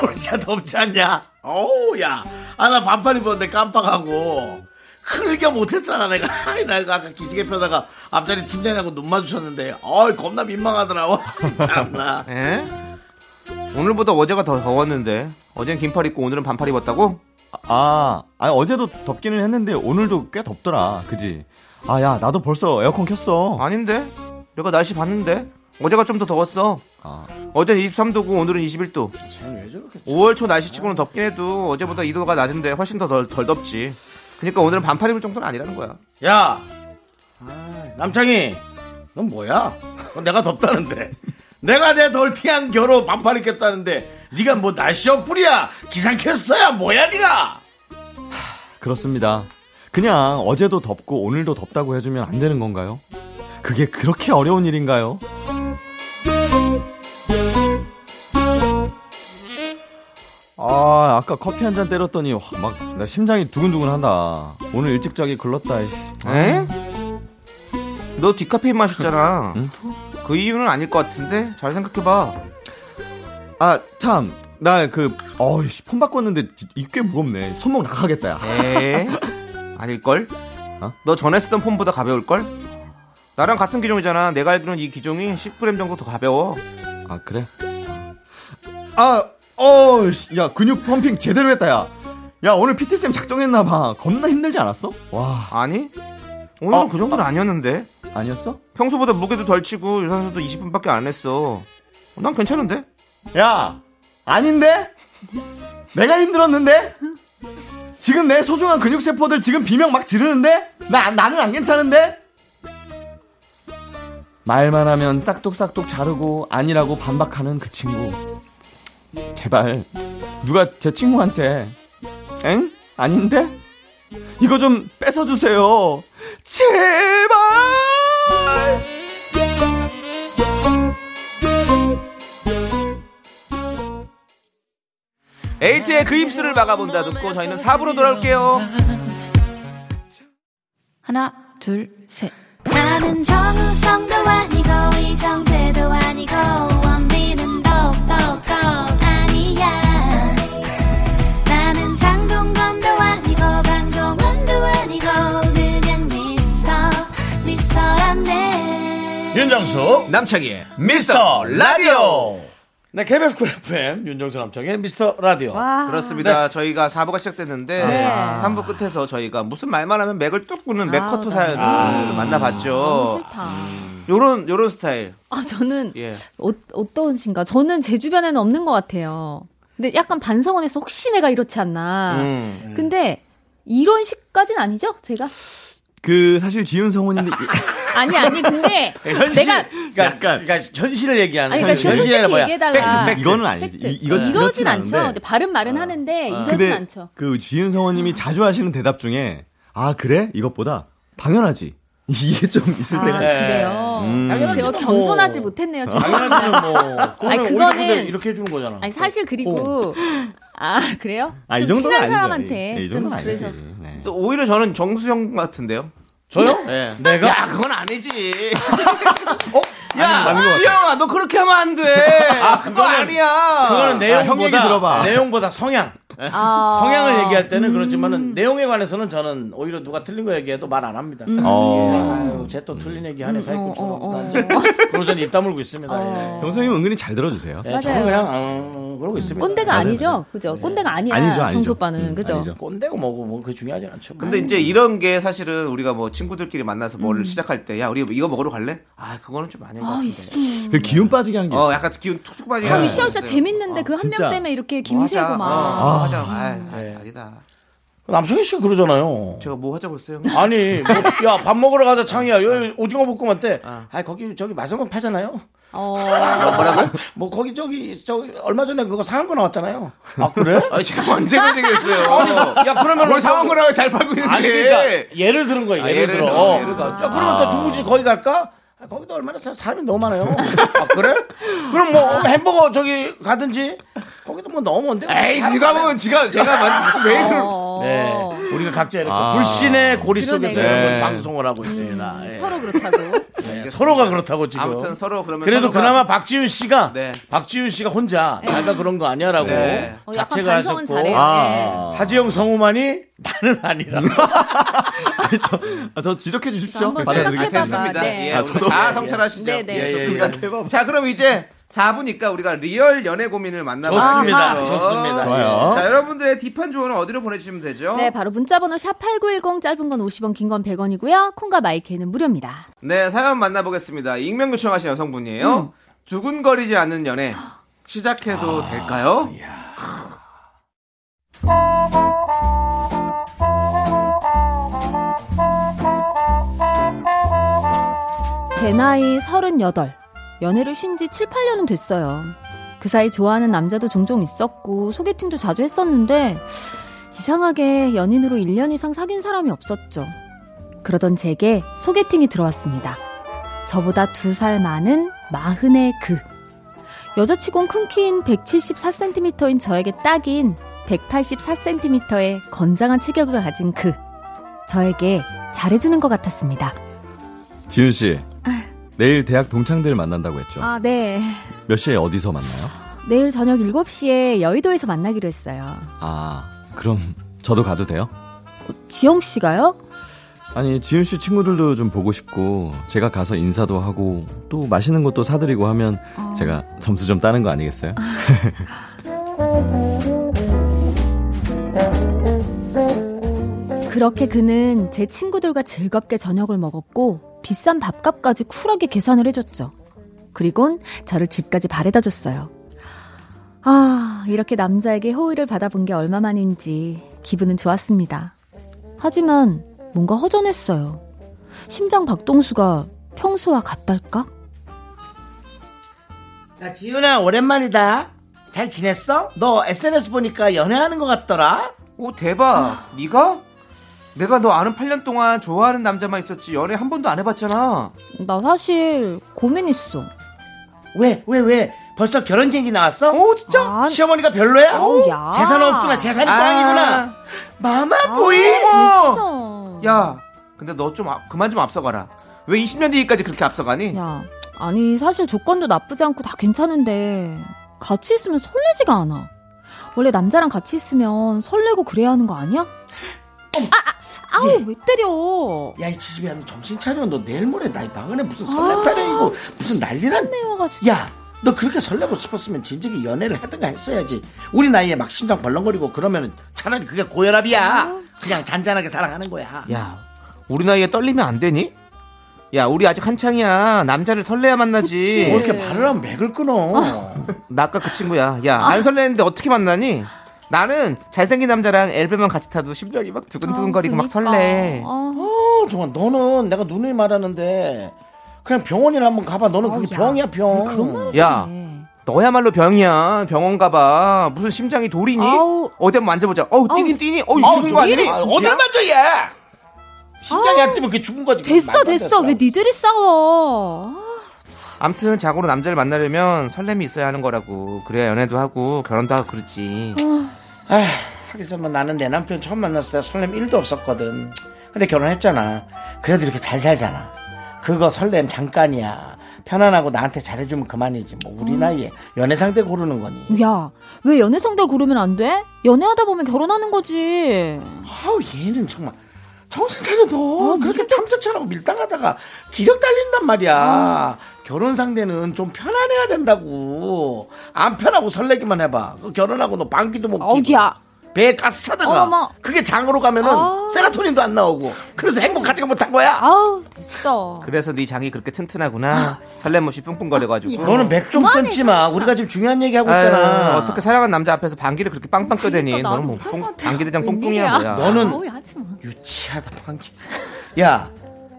S1: 오늘 진짜 덥지 않냐? 어우 야아나 반팔 입었는데 깜빡하고 흘겨 못했잖아 내가 아이, 나 이거 아까 기지개 펴다가 앞자리 팀장님하고 눈 마주쳤는데 어이 겁나 민망하더라 와, 참나
S2: 에? 예? 오늘보다 어제가 더 더웠는데 어젠 긴팔 입고 오늘은 반팔 입었다고?
S5: 아, 아 어제도 덥기는 했는데 오늘도 꽤 덥더라 그지 아 야 나도 벌써 에어컨 켰어
S2: 아닌데? 내가 날씨 봤는데 어제가 좀 더 더웠어.
S5: 아,
S2: 어젠 23도고 오늘은 21도.
S1: 쟤왜 저렇게
S2: 5월 초 날씨치고는 덥긴 해도 어제보다 2도가 낮은데 훨씬 더 덜 덥지. 그러니까 오늘은 반팔 입을 정도는 아니라는 거야.
S1: 야 아이, 남창희 넌 뭐야? 넌 내가 덥다는데 내가 내 덜티한 겨로 반팔 입겠다는데 네가 뭐 날씨 어플이야 기상캐스터야 뭐야 네가
S5: 그렇습니다 그냥 어제도 덥고 오늘도 덥다고 해주면 안 되는 건가요? 그게 그렇게 어려운 일인가요? 아, 아까 커피 한 잔 때렸더니 와, 막, 나 심장이 두근두근한다. 오늘 일찍 자기 글렀다. 이씨.
S1: 아.
S2: 에? 예? 너 디카페인 마셨잖아. 그 이유는 아닐 것 같은데 잘 생각해봐.
S5: 아, 참. 나 그, 어이씨, 폰 바꿨는데 이 꽤 무겁네. 손목 나가겠다, 야.
S2: 에? 네. 아닐걸?
S5: 어?
S2: 너 전에 쓰던 폰보다 가벼울걸? 나랑 같은 기종이잖아. 내가 알기로는 이 기종이 10g 정도 더 가벼워.
S5: 아, 그래? 아, 어이씨, 야, 근육 펌핑 제대로 했다, 야. 야, 오늘 PT쌤 작정했나봐. 겁나 힘들지 않았어? 와,
S2: 아니? 오늘은
S5: 어.
S2: 그 정도는 아니었는데.
S5: 아니었어?
S2: 평소보다 무게도 덜 치고 유산소도 20분밖에 안 했어. 난 괜찮은데?
S5: 야, 아닌데? 내가 힘들었는데? 지금 내 소중한 근육세포들 지금 비명 막 지르는데? 나, 나는 안 괜찮은데? 말만 하면 싹둑싹둑 자르고 아니라고 반박하는 그 친구. 제발, 누가 제 친구한테, 엥? 아닌데? 이거 좀 뺏어주세요. 제발!
S2: 에이트의 그 입술을 막아본다 듣고 저희는 4부로 돌아올게요.
S10: 하나, 둘, 셋.
S3: 나는 정우성도 아니고 이정재도 아니고 원빈은 더욱더 아니야 나는 장동건도 아니고 방종원도 아니고 그냥 미스터 미스터란데
S1: 윤정수
S2: 남창희의
S1: 미스터 라디오
S5: 네, KBS 쿨 FM 윤정수 남창의 미스터 라디오.
S7: 와.
S2: 그렇습니다. 저희가 4부가 시작됐는데 아.
S7: 네.
S2: 3부 네. 끝에서 저희가 무슨 말만 하면 맥을 뚝 끄는 맥커터
S7: 네.
S2: 사연을
S7: 너무
S2: 만나봤죠.
S7: 싫다.
S5: 음.
S2: 요런 요런 스타일.
S7: 아, 저는
S2: 예.
S7: 어, 어떠신가? 저는 제 주변에는 없는 것 같아요. 근데 약간 반성은 해서 혹시 내가 이렇지 않나.
S2: 음.
S7: 근데 이런 식까진 아니죠? 제가?
S9: 그 사실 지훈 성우님도
S7: 아니, 아니, 근데
S5: 현실,
S7: 내가
S5: 그러니까, 그러니까 현실을 얘기하는
S7: 아니, 그러니까
S5: 현실이
S7: 솔직히
S5: 아니라 뭐야?
S7: 얘기해달라.
S5: 팩트, 팩트.
S9: 이거는 아니지.
S7: 팩트.
S9: 이, 이건
S7: 이러진
S9: 이렇진
S7: 않죠.
S9: 않은데. 아.
S7: 근데 발음 말은 하는데 이러진
S9: 근데
S7: 않죠.
S9: 그 지윤 성원님이 자주 하시는 대답 중에 아 그래 이것보다 당연하지 이게 좀 있을
S7: 아,
S9: 때가 있어요.
S7: 그래요.
S5: 네.
S9: 음.
S5: 당연하죠.
S7: 제가
S5: 아.
S7: 겸손하지 못했네요. 죄송합니다.
S5: 당연하죠, 뭐.
S7: 아니,
S5: 그거는
S7: 그거는-
S5: 오히려 근데 이렇게 해주는 거잖아. 어.
S7: 아니 사실 그리고 아 그래요?
S9: 아, 이
S7: 좀
S9: 정도는
S7: 친한
S9: 아니죠.
S7: 사람한테
S9: 예, 이
S7: 좀
S9: 정도는 아니지.
S7: 그래서
S9: 네.
S2: 또 오히려 저는 정수형 같은데요.
S5: 저요?
S2: 예.
S5: 내가?
S2: 야 그건 아니지. 어? 야 지영아 너 그렇게 하면 안 돼. 아 그거 아니야.
S5: 그거는 내용보다
S9: 형 얘기 들어봐.
S5: 내용보다 성향.
S9: 네.
S7: 아,
S5: 성향을 얘기할 때는 그렇지만은 내용에 관해서는 저는 오히려 누가 틀린 거 얘기해도 말 안 합니다. 아,
S9: 어.
S5: 아유, 쟤 또 틀린 얘기 하네 사기꾼처럼.
S7: 음. 어, 어, 어.
S5: 그러고 저는 입 다물고 있습니다. 예.
S9: 정성님 은근히 잘 들어주세요.
S5: 예, 저는 그냥 어, 그러고 있습니다.
S7: 꼰대가 아니죠, 그죠? 꼰대가 아니야.
S9: 네. 아니죠, 아니죠.
S7: 정수 오빠는
S9: 음,
S7: 그죠?
S9: 아니죠.
S5: 꼰대고 뭐고 뭐 그게 중요하지 않죠.
S2: 근데 이제 이런 게 사실은 우리가 뭐 친구들끼리 만나서 뭘 시작할 때 야 우리 이거 먹으러 갈래? 아 그거는 좀 아닌 것
S7: 아,
S2: 같은데.
S7: 있어.
S5: 네.
S9: 그 기운 빠지게 하는 게.
S2: 어
S9: 있어요.
S2: 약간 기운 툭툭 빠지게.
S7: 아,
S2: 하는 거
S7: 있어, 있어.
S2: 있어요.
S7: 재밌는데
S5: 아,
S7: 그 한
S9: 진짜.
S7: 명 때문에 이렇게
S2: 뭐 하자.
S7: 김새고 막.
S2: 어, 하자. 아, 아, 아니다.
S5: 남성희 씨가 그러잖아요.
S2: 제가 뭐 하자고 그랬어요?
S5: 아니, 뭐, 야 밥 먹으러 가자 창이야. 여기 오징어 볶음한 때, 아 거기 저기 마성건 팔잖아요.
S7: 어.
S5: 뭐라고? 뭐 거기 저기 저기 얼마 전에 그거 상한 거 나왔잖아요. 아 그래?
S2: 아, 제가 언제 그런 얘기를 했어요?
S5: 야 그러면
S2: 뭘 상한 거라고 잘 팔고 있는데.
S5: 아니 그러니까 예를 들은 거예요.
S2: 아,
S5: 예를,
S2: 예를
S5: 들어.
S2: 들어,
S5: 어.
S2: 예를 들어서. 아.
S5: 야, 그러면 또 중국집 거기 갈까? 아, 거기도 얼마나 사- 사람이 너무 많아요. 아 그래? 그럼 뭐 햄버거 저기 가든지 거기도 뭐 너무 먼데.
S2: 에이, 누가 보면 지가, 제가 만든 무슨 메일을.
S7: 어.
S5: 네, 우리가 각자 이렇게 불신의 고리 속에서
S7: 그러네.
S5: 여러분 방송을 하고 있습니다. 예.
S7: 서로 그렇다고.
S5: 네, 서로가 그렇다고 지금.
S2: 아무튼 서로 그러면.
S5: 그래도
S2: 서로가-
S5: 그나마 박지윤 씨가
S2: 네.
S5: 박지윤 씨가 혼자
S9: 네.
S5: 내가 그런 거 아니야라고
S2: 네.
S7: 어, 약간
S5: 자체가
S7: 반성은
S5: 하셨고
S7: 잘해요. 네.
S9: 아.
S5: 하지영 성우만이 나는 아니라.
S9: 음. 아, 저 지적해 주십시오.
S7: 한번
S9: 받아드리겠습니다.
S7: 생각해봐.
S2: 맞습니다.
S7: 네.
S2: 예,
S9: 아,
S2: 우리
S9: 저도-
S2: 다 성찰하시죠.
S7: 네, 네.
S2: 예,
S5: 예,
S2: 좋습니다.
S5: 예, 예.
S2: 자, 그럼 이제 4부니까 우리가 리얼 연애 고민을 만나보겠습니다.
S5: 좋습니다.
S7: 아,
S5: 좋습니다.
S9: 좋아요.
S2: 자, 여러분들의 딥한 조언은 어디로 보내주시면
S9: 아,
S2: 되죠?
S7: 네, 바로 문자번호 샵8910 짧은 건 50원, 긴 건 100원이고요. 콩과 마이크는 무료입니다.
S2: 네, 사연 만나보겠습니다. 익명 요청하신
S5: 음.
S2: 여성분이에요. 두근거리지 않는 연애 시작해도 될까요?
S7: 제 나이 38. 연애를 쉰 지 7, 8년은 됐어요. 그 사이 좋아하는 남자도 종종 있었고, 소개팅도 자주 했었는데, 이상하게 연인으로 1년 이상 사귄 사람이 없었죠. 그러던 제게 소개팅이 들어왔습니다. 저보다 두 살 많은 마흔의 그. 여자치곤 큰 키인 174cm인 저에게 딱인 184cm의 건장한 체격을 가진 그. 저에게 잘해주는 것 같았습니다.
S9: 지윤 씨. 내일 대학 동창들 만난다고 했죠.
S7: 아, 네.
S9: 몇 시에 어디서 만나요?
S7: 내일 저녁 7시에 여의도에서 만나기로 했어요.
S9: 아, 그럼 저도 가도 돼요?
S7: 어, 지영 씨가요?
S9: 아니, 지윤 씨 친구들도 좀 보고 싶고 제가 가서 인사도 하고 또 맛있는 것도 사드리고 하면
S7: 어.
S9: 제가 점수 좀 따는 거 아니겠어요?
S7: 그렇게 그는 제 친구들과 즐겁게 저녁을 먹었고 비싼 밥값까지 쿨하게 계산을 해줬죠. 그리곤 저를 집까지 바래다 줬어요. 아, 이렇게 남자에게 호의를 받아본 게 얼마만인지 기분은 좋았습니다. 하지만 뭔가 허전했어요. 심장 박동수가 평소와 같달까?
S5: 야, 지윤아, 오랜만이다. 잘 지냈어? 너 SNS 보니까 연애하는 것 같더라?
S2: 오 대박 네가? 내가 너 아는 8년 동안 좋아하는 남자만 있었지 연애 한 번도 안 해봤잖아
S7: 나 사실 고민 있어.
S5: 왜, 왜, 왜? 벌써 결혼 얘기 나왔어? 오, 진짜?
S7: 아,
S5: 시어머니가 별로야?
S7: 어우, 야.
S5: 재산 없구나, 재산이
S2: 아.
S5: 꽝이구나. 마마 보이?
S7: 뭐.
S5: 어.
S7: 됐어.
S2: 야 근데 너 좀 아, 그만 좀 앞서가라 왜 20년 뒤까지 그렇게 앞서가니?
S7: 야, 아니 사실 조건도 나쁘지 않고 다 괜찮은데 같이 있으면 설레지가 않아. 원래 남자랑 같이 있으면 설레고 그래야 하는 거 아니야? 아, 아, 아우 왜 때려?
S5: 예. 야, 이
S7: 아.
S5: 지집이야, 너 정신 차려. 너 내일 모레 나이 마흔에 무슨 설레타령이고 무슨 난리란.
S7: 매워가지고.
S5: 야, 너 그렇게 설레고 싶었으면 진작에 연애를 하든가 했어야지. 우리 나이에 막 심장 벌렁거리고 그러면 차라리 그게 고혈압이야. 그냥 잔잔하게 사랑하는 거야.
S2: 야, 우리 나이에 떨리면 안 되니? 야, 우리 아직 한창이야. 남자를 설레야 만나지. 어,
S5: 뭐 이렇게 말을 하면 맥을 끊어.
S2: 나 아까 그 친구야. 야, 안 설레는데 어떻게 만나니? 나는 잘생긴 남자랑 엘베만 같이 타도 심장이 막 두근두근거리고 막
S7: 아, 그니까.
S2: 설레.
S7: 어,
S5: 어, 정말 너는 내가 누누이 말하는데 그냥 병원이나 한번 가봐. 너는 그게 병이야 병.
S2: 야, 너야말로 병이야. 병원 가봐. 무슨 심장이 돌이니?
S7: 아우.
S2: 어디 한번 만져보자. 어우, 뛰긴 뛰니? 어우,
S5: 아우,
S2: 죽은 거
S5: 저
S2: 아니니?
S5: 이리 어딜 만져 얘. 뭐 심장이 안 뛰면 그게 죽은 거지.
S7: 됐어,
S5: 말도 안
S7: 됐어. 왜 니들이 싸워? 아,
S2: 암튼 자고로 남자를 만나려면 설렘이 있어야 하는 거라고. 그래야 연애도 하고 결혼도 하고 그러지.
S7: 어.
S5: 에휴, 하기서 뭐 나는 내 남편 처음 만났을 때 설렘 1도 없었거든. 근데 결혼했잖아. 그래도 이렇게 잘 살잖아. 그거 설렘 잠깐이야. 편안하고 나한테 잘해주면 그만이지. 뭐 우리 나이에 연애 상대 고르는 거니.
S7: 야, 왜 연애 상대를 고르면 안 돼? 연애하다 보면 결혼하는 거지.
S5: 아우 얘는 정말 정신 차려도
S7: 아,
S5: 그렇게 탐색처럼 밀당하다가 기력 달린단 말이야.
S7: 아.
S5: 결혼 상대는 좀 편안해야 된다고. 안 편하고 설레기만 해봐. 그 결혼하고 너 방귀도 못
S7: 아우,
S5: 끼고
S7: 야.
S5: 배에 가스 차다가
S7: 어머.
S5: 그게 장으로 가면은
S7: 아.
S5: 세라토닌도 안 나오고 그래서 행복하지가 못한 거야.
S7: 아우, 됐어.
S2: 그래서 네 장이 그렇게 튼튼하구나. 설렘없이 뿡뿡거려가지고.
S5: 너는 맥 좀
S7: 아, 예. 그만해,
S5: 끊지 마. 우리가 지금 중요한 얘기 하고
S2: 아유,
S5: 있잖아.
S2: 어떻게 사랑한 남자 앞에서 방귀를 그렇게 빵빵 껴대니?
S7: 그러니까 나도
S2: 너는 뭐
S7: 못할
S2: 뿡-
S7: 것 같아요.
S2: 방귀대장
S7: 웬일이야.
S2: 뿡뿡이야 뭐야?
S5: 너는
S7: 어우, 하지 마.
S5: 유치하다 방귀. 야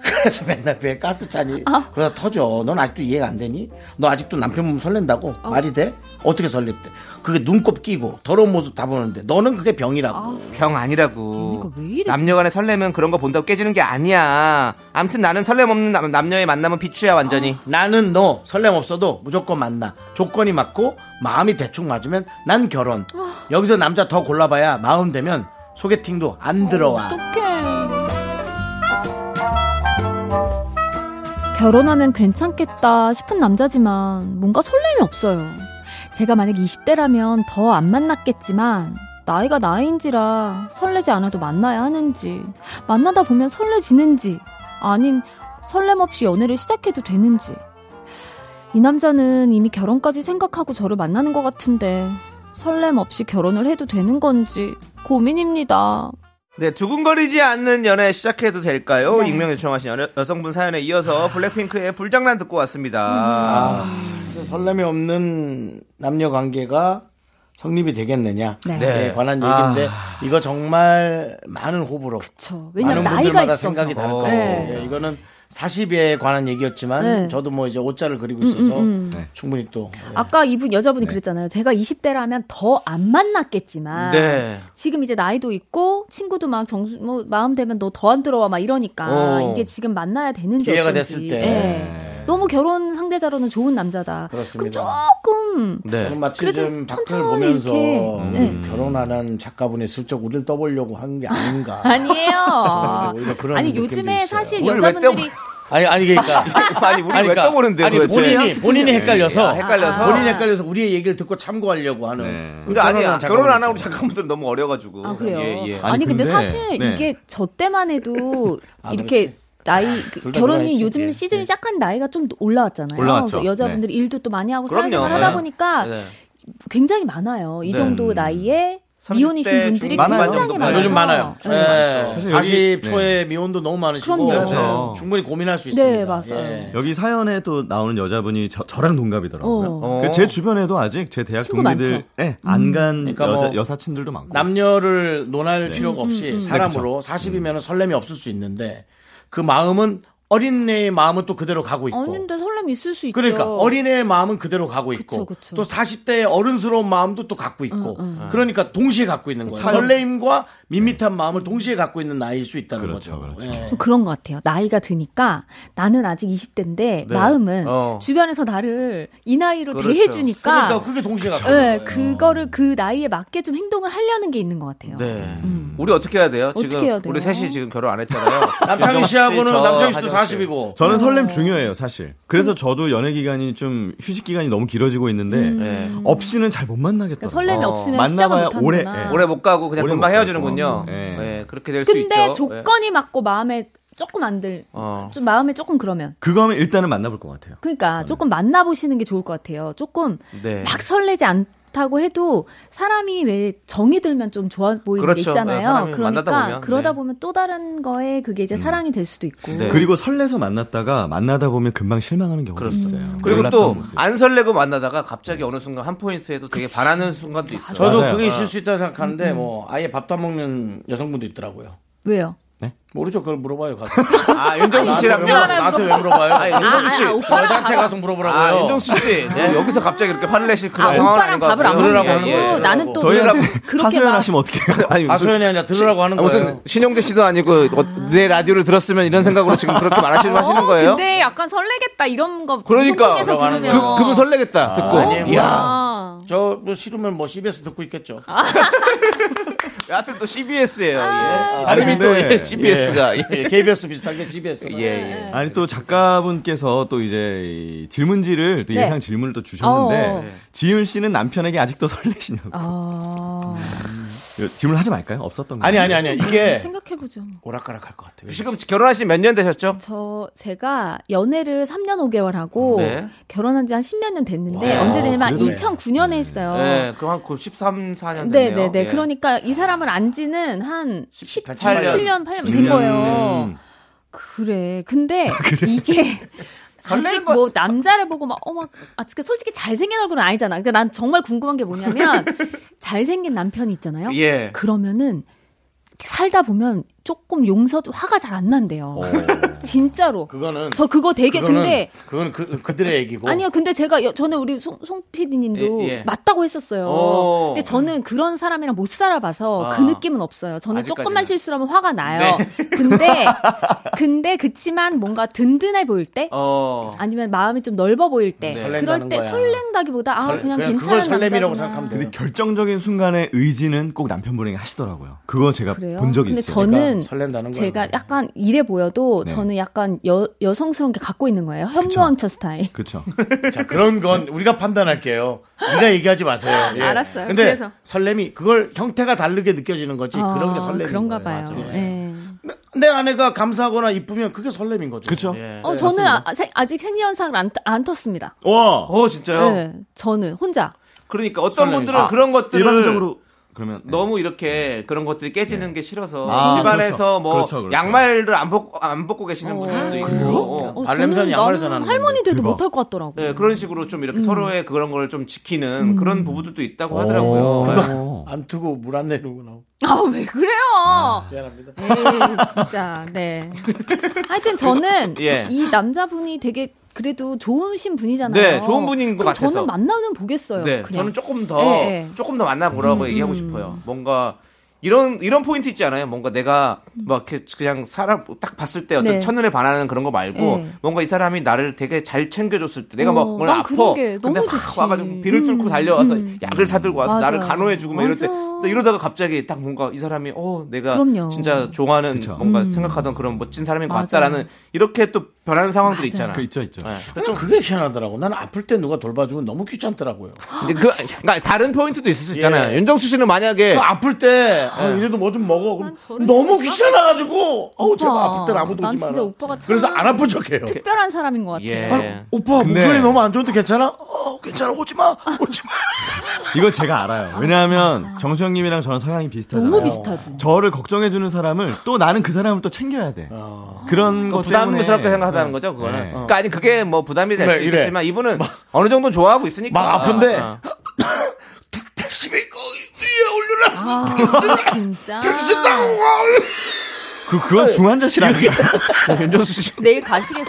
S5: 그래서 맨날 배에 가스 차니 그러다 터져. 넌 아직도 이해가 안 되니? 너 아직도 남편 몸 설렌다고 말이 돼? 어떻게 설렙대? 그게 눈곱 끼고 더러운 모습 다 보는데 너는 그게 병이라고.
S2: 병 아니라고.
S7: 얘네가 왜 이래?
S2: 남녀간의 설렘은 그런 거 본다고 깨지는 게 아니야. 암튼 나는 설렘 없는 남, 남녀의 만남은 비추야
S7: 어.
S2: 완전히.
S5: 나는 너 설렘 없어도 무조건 만나. 조건이 맞고 마음이 대충 맞으면 난 결혼. 여기서 남자 더 골라봐야 마음 되면 소개팅도 안 들어와.
S7: 어떡해. 결혼하면 괜찮겠다 싶은 남자지만 뭔가 설렘이 없어요. 제가 만약 20대라면 더 안 만났겠지만 나이가 나이인지라 설레지 않아도 만나야 하는지 만나다 보면 설레지는지 아님 설렘 없이 연애를 시작해도 되는지 이 남자는 이미 결혼까지 생각하고 저를 만나는 것 같은데 설렘 없이 결혼을 해도 되는 건지 고민입니다.
S2: 네, 두근거리지 않는 연애 시작해도 될까요?
S7: 네.
S2: 익명 요청하신 여, 여성분 사연에
S7: 아.
S2: 이어서 블랙핑크의 불장난 듣고
S7: 음.
S2: 왔습니다.
S5: 설렘이 없는 남녀 관계가 성립이 되겠느냐
S7: 네.
S5: 에 관한
S2: 아.
S5: 얘기인데 이거 정말 많은 호불호
S7: 그쵸.
S5: 많은
S7: 왜냐면 나이가
S5: 분들마다
S7: 있어서.
S5: 생각이 다를 것 같아요
S7: 네.
S5: 예, 이거는 40에 관한 얘기였지만
S7: 네. 음,
S5: 저도 뭐 이제 옷자를 그리고 있어서 충분히 또 예.
S7: 아까 이분 여자분이 그랬잖아요. 제가 20대라면 더 안 만났겠지만
S2: 네.
S7: 지금 이제 나이도 있고 친구도 막 정수 뭐 마음 되면 너 더 안 들어와 막 이러니까
S5: 어.
S7: 이게 지금 만나야 되는지
S5: 기회가
S7: 어쩐지.
S5: 됐을 때. 네.
S7: 예. 너무 결혼 상대자로는 좋은 남자다.
S5: 그렇습니다
S7: 조금
S2: 네.
S5: 저는 마치
S7: 그래도
S5: 좀 밖을
S7: 천천히
S5: 보면서 음,
S7: 이렇게, 네.
S5: 결혼하는 작가분이 슬쩍 우리를 떠보려고 한 게 아닌가
S7: 아니에요.
S5: 오히려 그런
S7: 아니
S5: 느낌도
S7: 요즘에
S5: 있어요.
S7: 사실
S2: 오늘 왜
S7: 여자분들이
S5: 아니 아니 그러니까
S2: 아니, 우리
S5: 아니,
S2: 왜
S5: 그러니까,
S2: 떠오는데
S5: 아니,
S2: 도대체?
S5: 본인이 본인이 헷갈려서
S2: 야,
S7: 아.
S2: 헷갈려서.
S5: 본인이 헷갈려서 우리의 얘기를 듣고 참고하려고 하는.
S2: 근데 아니야.
S5: 결혼하는
S2: 결혼 안 하고
S5: 작가분들.
S2: 작가분들은 너무 어려가지고.
S7: 아 그래요.
S2: 예,
S5: 네.
S2: 예.
S7: 아니,
S9: 근데,
S7: 근데, 사실
S9: 네.
S7: 이게 저 때만 해도
S5: 아,
S7: 이렇게
S5: 그렇지.
S7: 나이 그
S5: 둘다
S7: 결혼이
S5: 그만했지.
S7: 요즘
S5: 예,
S7: 시즌이 약간 나이가 좀 올라왔잖아요. 그
S9: 올라왔죠.
S7: 여자분들이 일도 또 많이 하고
S2: 그럼요.
S7: 사회생활 하다
S2: 네.
S7: 보니까
S2: 네.
S7: 굉장히 많아요. 이
S2: 네.
S7: 정도 나이에
S2: 30대
S7: 미혼이신 분들이
S2: 중반
S7: 굉장히
S2: 정도
S7: 많아요.
S5: 요즘 많아요.
S7: 네.
S5: 네.
S9: 사실 여기-
S5: 40 초에 미혼도 너무 많으시고
S7: 그럼요.
S9: 그렇죠.
S5: 충분히 고민할 수
S7: 네,
S5: 있습니다.
S7: 맞아요.
S5: 예.
S9: 여기 사연에 또 나오는 여자분이 저, 랑 동갑이더라고요.
S2: 어.
S9: 그제 주변에도 아직 제 대학
S7: 친구
S9: 동기들
S7: 많죠. 음.
S9: 예, 안간
S5: 그러니까
S9: 여자,
S5: 뭐
S9: 여사친들도 많고.
S5: 남녀를 논할 필요가
S7: 음,
S5: 없이 사람으로 40이면 설렘이 없을 수 있는데 그 마음은 어린애의 마음은 또 그대로 가고 있고
S7: 어린데 설렘 있을 수 있죠.
S5: 그러니까 어린애의 마음은 그대로 가고
S7: 그쵸,
S5: 있고
S7: 그쵸.
S5: 또 40대의 어른스러운 마음도 또 갖고 있고 그러니까 동시에 갖고 있는 거예요. 설레임과 밋밋한 마음을 동시에 갖고 있는 나이일 수 있다는
S9: 그렇죠,
S5: 거죠.
S9: 그렇죠.
S5: 예.
S7: 좀 그런 것 같아요. 나이가 드니까 나는 아직 20대인데 마음은
S2: 어.
S7: 주변에서 나를 이 나이로
S2: 그렇죠.
S7: 대해주니까
S5: 그러니까 그게 동시에 갖고 있는
S7: 네,
S5: 거예요.
S7: 그거를 그 나이에 맞게 좀 행동을 하려는 게 있는 것 같아요.
S2: 네. 우리 어떻게 해야 돼요? 지금
S7: 음. 어떻게 해야 돼요?
S2: 우리 셋이 지금 결혼 안 했잖아요.
S5: 남창희
S2: 윤정수 씨,
S5: 씨하고는
S2: 저,
S5: 남창희 씨도
S2: 하정 씨.
S5: 40이고
S9: 저는
S7: 어.
S9: 설렘 중요해요, 사실. 그래서
S7: 음.
S9: 저도 연애 기간이 좀 휴식 기간이 너무 길어지고 있는데
S2: 네.
S9: 없이는 잘 못
S7: 음. 그러니까
S9: 만나겠더라고요.
S7: 설렘이
S2: 어,
S7: 없으면 시작을
S9: 만나봐야
S7: 못
S9: 오래,
S7: 하는구나.
S9: 예.
S2: 오래 못 가고 그냥
S9: 오래
S2: 금방
S9: 못 가고.
S5: 네.
S2: 헤어지는군요.
S9: 예.
S2: 예, 그렇게 될 수 있죠.
S7: 근데
S2: 예.
S7: 조건이 맞고 마음에 조금 안 들,
S2: 어.
S7: 좀 마음에 조금 그러면.
S9: 그거 하면 일단은 만나볼 것 같아요.
S7: 그러니까 조금 만나보시는 게 좋을 것 같아요. 조금
S2: 네.
S7: 막 설레지 않다고 해도 사람이 왜 정이 들면 좀 좋아 보이는
S2: 그렇죠.
S7: 게
S2: 네,
S7: 있잖아요.
S2: 사람이 만나다
S7: 그러니까
S2: 보면,
S7: 그러다
S2: 네.
S7: 보면 또 다른 거에 그게 이제 사랑이 될 수도 있고.
S2: 네.
S9: 그리고 설레서 만났다가 만나다 보면 금방 실망하는 경우가
S5: 음.
S9: 있어요.
S2: 그리고
S9: 놀랐던
S2: 또
S9: 모습.
S2: 안 설레고 만나다가 갑자기 어느 순간 한 포인트에도 되게 반하는 순간도 있어요.
S5: 저도
S9: 맞아요.
S5: 그게 있을 수 있다고 생각하는데 뭐 아예 밥도 안 먹는 여성분도 있더라고요.
S7: 왜요?
S5: 모르죠. 그걸 물어봐요. 가서.
S2: 아, 윤정수 씨랑
S5: 나한테 왜 물어봐- 나한테 왜 물어봐요?
S2: 아니, 윤정수 씨.
S7: 아, 오빠랑
S5: 여자한테 가서 물어보라고요.
S2: 아, 윤정수 씨. 네, 여기서 갑자기 이렇게 화를 내실 그런
S7: 아,
S2: 상황은
S7: 오빠랑
S2: 아닌 것
S7: 밥을 안
S2: 같고요.
S5: 그러라고
S7: 먹냐고.
S5: 하는 거예요.
S7: 나는 또
S9: 저희랑
S7: 그렇게
S9: 하소연
S7: 막
S9: 하시면 어떡해요? 아니,
S5: 아, 소연이 아니라 들으라고 하는
S2: 아,
S5: 거예요.
S2: 무슨 신용재 씨도 아니고 어, 내 라디오를 들었으면 이런 생각으로 지금 그렇게 말하시는 하시는
S7: 어,
S2: 거예요?
S7: 근데 약간 설레겠다 이런 거.
S2: 그러니까
S7: 방송에서
S5: 들어가는
S7: 들으면.
S2: 그, 그분 설레겠다 듣고
S5: 아니에요.
S2: 이야
S7: 아,
S5: 저뭐 싫으면 뭐 CBS 듣고 있겠죠.
S2: 하여튼 또 CBS예요 예.
S9: 아니,
S2: 발음이
S9: 근데-
S2: 또 예, CBS가 예.
S5: 예, KBS 비슷하게 CBS.
S2: 예,
S7: 네.
S2: 예.
S9: 아니 또 작가분께서 또 이제 이 질문지를 또
S7: 네.
S9: 예상 질문을 또 주셨는데
S7: 어어.
S9: 지윤 씨는 남편에게 아직도 설레시냐고
S7: 아,
S9: 이거 질문 하지 말까요? 없었던 거
S5: 아니 아니 아니
S1: 네.
S5: 이게
S7: 생각해보죠.
S5: 오락가락할 것 같아요.
S2: 지금 결혼하신 몇 년 되셨죠?
S7: 저 제가 연애를 3년 5개월 하고
S2: 네.
S7: 결혼한 지 한 십몇 년 됐는데
S5: 와,
S7: 언제 되냐면
S5: 그러네.
S7: 2009년에 했어요.
S2: 예, 그한 13, 14년
S7: 네,
S2: 됐네요
S7: 네, 네.
S2: 예.
S7: 그러니까 이 사람을 안 지는 한
S5: 18 년.
S7: 17년, 8년 된 거예요. 그래. 근데 이게 아직
S2: 설레는 거-
S7: 뭐 남자를 보고 막 어머 아 진짜 솔직히 잘생긴 얼굴은 아니잖아. 근데 난 정말 궁금한 게 뭐냐면 잘생긴 남편이 있잖아요.
S2: 예.
S7: 그러면은 살다 보면 조금 용서 화가 잘 안 난대요. 진짜로.
S5: 그거는
S7: 저 그거 되게
S5: 그거는-
S7: 근데
S5: 그건 그 그들의 얘기고.
S7: 아니요, 근데 제가 여- 전에 우리 송, 송 PD님도
S2: 예, 예.
S7: 맞다고 했었어요.
S2: 오.
S7: 근데 저는 그런 사람이랑 못 살아봐서
S2: 아.
S7: 그 느낌은 없어요. 저는
S2: 아직까지는.
S7: 조금만 실수를 하면 화가 나요. 근데 근데 그치만 뭔가 든든해 보일 때
S2: 어.
S7: 아니면 마음이 좀 넓어 보일 때
S5: 설렌다는
S7: 그럴 때
S5: 거야.
S7: 설렌다기보다 아
S5: 설-
S7: 그냥,
S5: 그냥
S7: 괜찮은
S5: 그걸 설렘이라고
S7: 남자구나.
S5: 생각하면 돼요.
S9: 근데 결정적인 순간의 의지는 꼭 남편분에게 하시더라고요. 그거 제가
S7: 그래요?
S9: 본 적이
S7: 근데
S9: 있어요.
S7: 저는
S5: 그러니까 설렌다는 거예요.
S7: 제가 약간 이래 보여도
S9: 네.
S7: 저는 약간 여, 여성스러운 게 갖고 있는 거예요. 현모왕처 스타일.
S9: 그렇죠.
S5: 자, 그런 건 우리가 판단할게요. 네가 얘기하지 마세요. 예.
S7: 알았어요.
S5: 근데
S7: 그래서. 아,
S5: 설렘이 그걸 형태가 다르게 느껴지는 거지. 그런 게 설렘인
S7: 어, 그런가
S5: 거예요.
S7: 봐요. 예.
S5: 내 아내가 감사하거나 이쁘면 그게 설렘인 거죠. 예.
S9: 그렇죠.
S7: 어,
S5: 네,
S7: 저는 아, 생- 아직 생리현상을 안, 안 텄습니다.
S9: 와.
S2: 네. 어, 진짜요?
S7: 네, 저는 혼자.
S2: 그러니까 어떤 분들은
S9: 아,
S2: 그런 것들을
S9: 일방적으로 그러면 네.
S2: 너무 이렇게 그런 것들이 깨지는 게 싫어서
S9: 아,
S2: 집안에서
S9: 그렇죠.
S2: 뭐
S9: 그렇죠, 아, 그렇죠.
S2: 양말을 안 벗고 안 벗고 계시는 분들도 있고 어.
S7: 어,
S5: 발냄새는
S7: 저는 음.
S5: 양말에서
S7: 나는
S5: 나는
S7: 할머니 돼도
S9: 대박.
S7: 못할 것 같더라고.
S2: 네, 그런 식으로 좀 이렇게 서로의 그런 걸 좀 지키는
S7: 음.
S2: 그런 부부들도 있다고 하더라고요.
S9: 어.
S5: 안 두고 물 안 내리고 나오고.
S7: 아, 왜 그래요?
S2: 아,
S5: 미안합니다.
S7: 에이, 진짜, 네. 하여튼 저는
S2: 예.
S7: 이 남자분이 되게 그래도 좋으신 분이잖아요.
S2: 네, 좋은 분인 것
S7: 그럼
S2: 같아서.
S7: 저는 만나면 보겠어요.
S2: 네,
S7: 그냥.
S2: 저는 조금 더
S7: 예, 예.
S2: 조금 더 만나보라고
S9: 음.
S2: 얘기하고 싶어요. 뭔가 이런 이런 포인트 있지 않아요? 뭔가 내가 막 이렇게 그냥 사람 딱 봤을 때 어떤
S7: 네.
S2: 첫눈에 반하는 그런 거 말고
S7: 네.
S2: 뭔가 이 사람이 나를 되게 잘 챙겨줬을 때 내가 막
S7: 어,
S2: 뭘
S7: 난
S2: 아파
S7: 그런 게 너무
S2: 근데 확
S7: 좋지.
S2: 와가지고 비를 뚫고
S7: 음,
S2: 달려와서
S7: 음.
S2: 약을 사들고 와서
S7: 맞아요.
S2: 나를 간호해주고 막 이럴 때
S7: 맞아.
S2: 또 이러다가 갑자기 딱 뭔가 이 사람이 어 내가
S7: 그럼요. 음.
S2: 진짜 좋아하는
S9: 그쵸.
S2: 뭔가 생각하던 그런 멋진 사람인 것
S7: 맞아요.
S2: 같다라는 이렇게 또 변하는 상황들이 네. 있잖아.
S9: 그 있죠, 있죠.
S5: 좀 그게 희한하더라고. 나는 아플 때 누가 돌봐주면 너무 귀찮더라고요.
S2: 근데 그 그러니까 다른 포인트도
S9: 예.
S2: 있을 수 있잖아요. 윤정수 씨는 만약에
S5: 그 아플 때 아, 이래도 뭐 좀 먹어. 그럼
S7: 난 저런
S5: 너무
S7: 생각-
S5: 귀찮아가지고 어우 제발
S7: 오빠,
S5: 아플 때 아무도
S7: 난
S5: 오지
S7: 진짜
S5: 마라.
S7: 오빠가 참
S5: 그래서 안 아픈 척해요.
S7: 특별한 사람인 것 같아요.
S2: 예.
S5: 아, 오빠
S9: 근데-
S5: 목소리 너무 안 좋은데 괜찮아? 어 괜찮아 오지 마 오지 마.
S9: 이거 제가 알아요. 왜냐하면 정수영님이랑 저랑 성향이 비슷하잖아요.
S7: 너무 비슷하지.
S9: 저를 걱정해주는 사람을 또 나는 그 사람을 또 챙겨야 돼. 그런 것
S2: 부담스럽게
S9: 때문에
S2: 생각하다는 거죠, 그거는.
S9: 네.
S2: 그러니까 아니 그게 뭐 부담이 될
S5: 네,
S2: 수
S5: 이래.
S2: 있지만 이분은 어느 정도 좋아하고 있으니까.
S5: 막 아픈데.
S2: 어.
S5: 택시비 거 위에 올려라.
S7: 아, 진짜.
S9: 그 그건 중환자실 아니야?
S2: 윤정수 씨.
S7: 내일 가시겠어.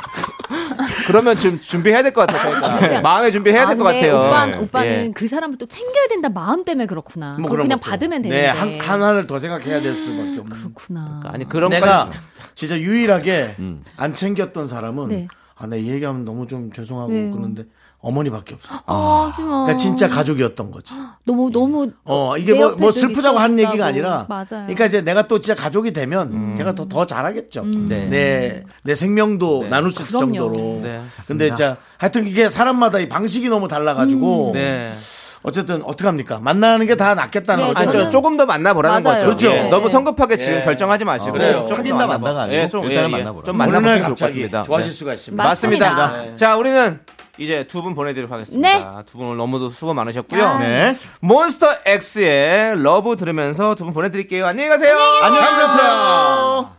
S2: 그러면 지금 준비해야 될 것 같아요. 저희가.
S7: 진짜.
S2: 마음의 준비해야 될 것
S7: 아, 근데
S2: 같아요.
S7: 오빠,
S2: 예.
S7: 오빠는
S2: 예.
S7: 그 사람을 또 챙겨야 된다 마음 때문에 그렇구나.
S5: 뭐
S7: 그럼
S5: 그런
S7: 그냥
S5: 것도.
S7: 받으면 되는데.
S5: 네, 한, 하나를 더 생각해야 될 수밖에 없는.
S7: 그렇구나.
S2: 아니 그런
S5: 내가
S2: 내가
S5: 그러니까 진짜 유일하게
S2: 음.
S5: 안 챙겼던 사람은
S7: 네.
S5: 아, 나 이 얘기하면 너무 좀 죄송하고
S7: 왜요?
S5: 그런데 어머니밖에 없어.
S7: 아, 하지마.
S5: 그러니까 진짜 가족이었던 거지.
S7: 너무 너무
S5: 어, 이게
S7: 내
S5: 뭐,
S7: 옆에
S5: 뭐
S7: 늘
S5: 슬프다고 하는
S7: 있었다고.
S5: 얘기가 아니라.
S7: 맞아요.
S5: 그러니까 이제 내가 또 진짜 가족이 되면 제가 더, 더 잘하겠죠.
S2: 음. 네.
S5: 내, 내 생명도 나눌 수 있을
S7: 음. 그럼요.
S5: 정도로.
S2: 네,
S7: 음.
S5: 근데 진짜 하여튼 이게 사람마다 이 방식이 너무 달라가지고.
S2: 네.
S5: 어쨌든 어떡합니까? 만나는 게 다 낫겠다는
S7: 네,
S5: 거죠.
S7: 저는-
S2: 아니, 조금 더 만나보라는
S7: 맞아요.
S2: 거죠.
S5: 그렇죠.
S2: 예, 너무 성급하게 지금
S5: 예.
S2: 결정하지 마시고.
S5: 그래요.
S2: 조금
S9: 사귄다
S2: 더 만나봐-
S9: 만나가 아니고
S2: 예, 좀,
S9: 일단은
S2: 예, 예.
S9: 만나보라.
S2: 좀
S5: 어느
S2: 만나보시면
S5: 날
S2: 좋을 것
S5: 갑자기
S2: 같습니다.
S5: 좋아질
S2: 네.
S5: 수가 있습니다.
S2: 맞습니다.
S7: 맞습니다.
S5: 네.
S2: 자, 우리는 이제 두 분 보내드리도록 하겠습니다. 두 분 오늘 너무도 수고 많으셨고요.
S7: 아.
S9: 네.
S2: 몬스터 X의 러브 들으면서 두 분 보내드릴게요. 안녕히 가세요.
S5: 안녕히 가세요.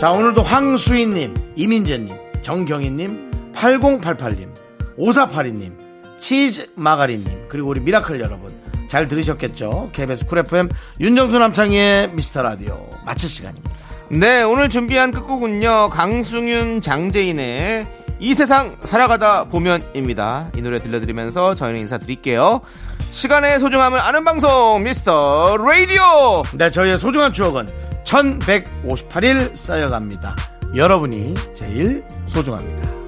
S5: 자, 오늘도 황수인님, 이민재님, 정경희님, 8088님, 5482님, 치즈 마가리님, 그리고 우리 미라클 여러분. 잘 들으셨겠죠? KBS 쿨 FM 윤정수 남창희의 미스터 라디오 마칠 시간입니다.
S2: 네, 오늘 준비한 끝곡은요. 강승윤, 장재인의 이 세상 살아가다 보면입니다. 이 노래 들려드리면서 저희는 인사드릴게요. 시간의 소중함을 아는 방송, 미스터 라디오!
S5: 네, 저희의 소중한 추억은 1158일 쌓여갑니다. 여러분이 제일 소중합니다.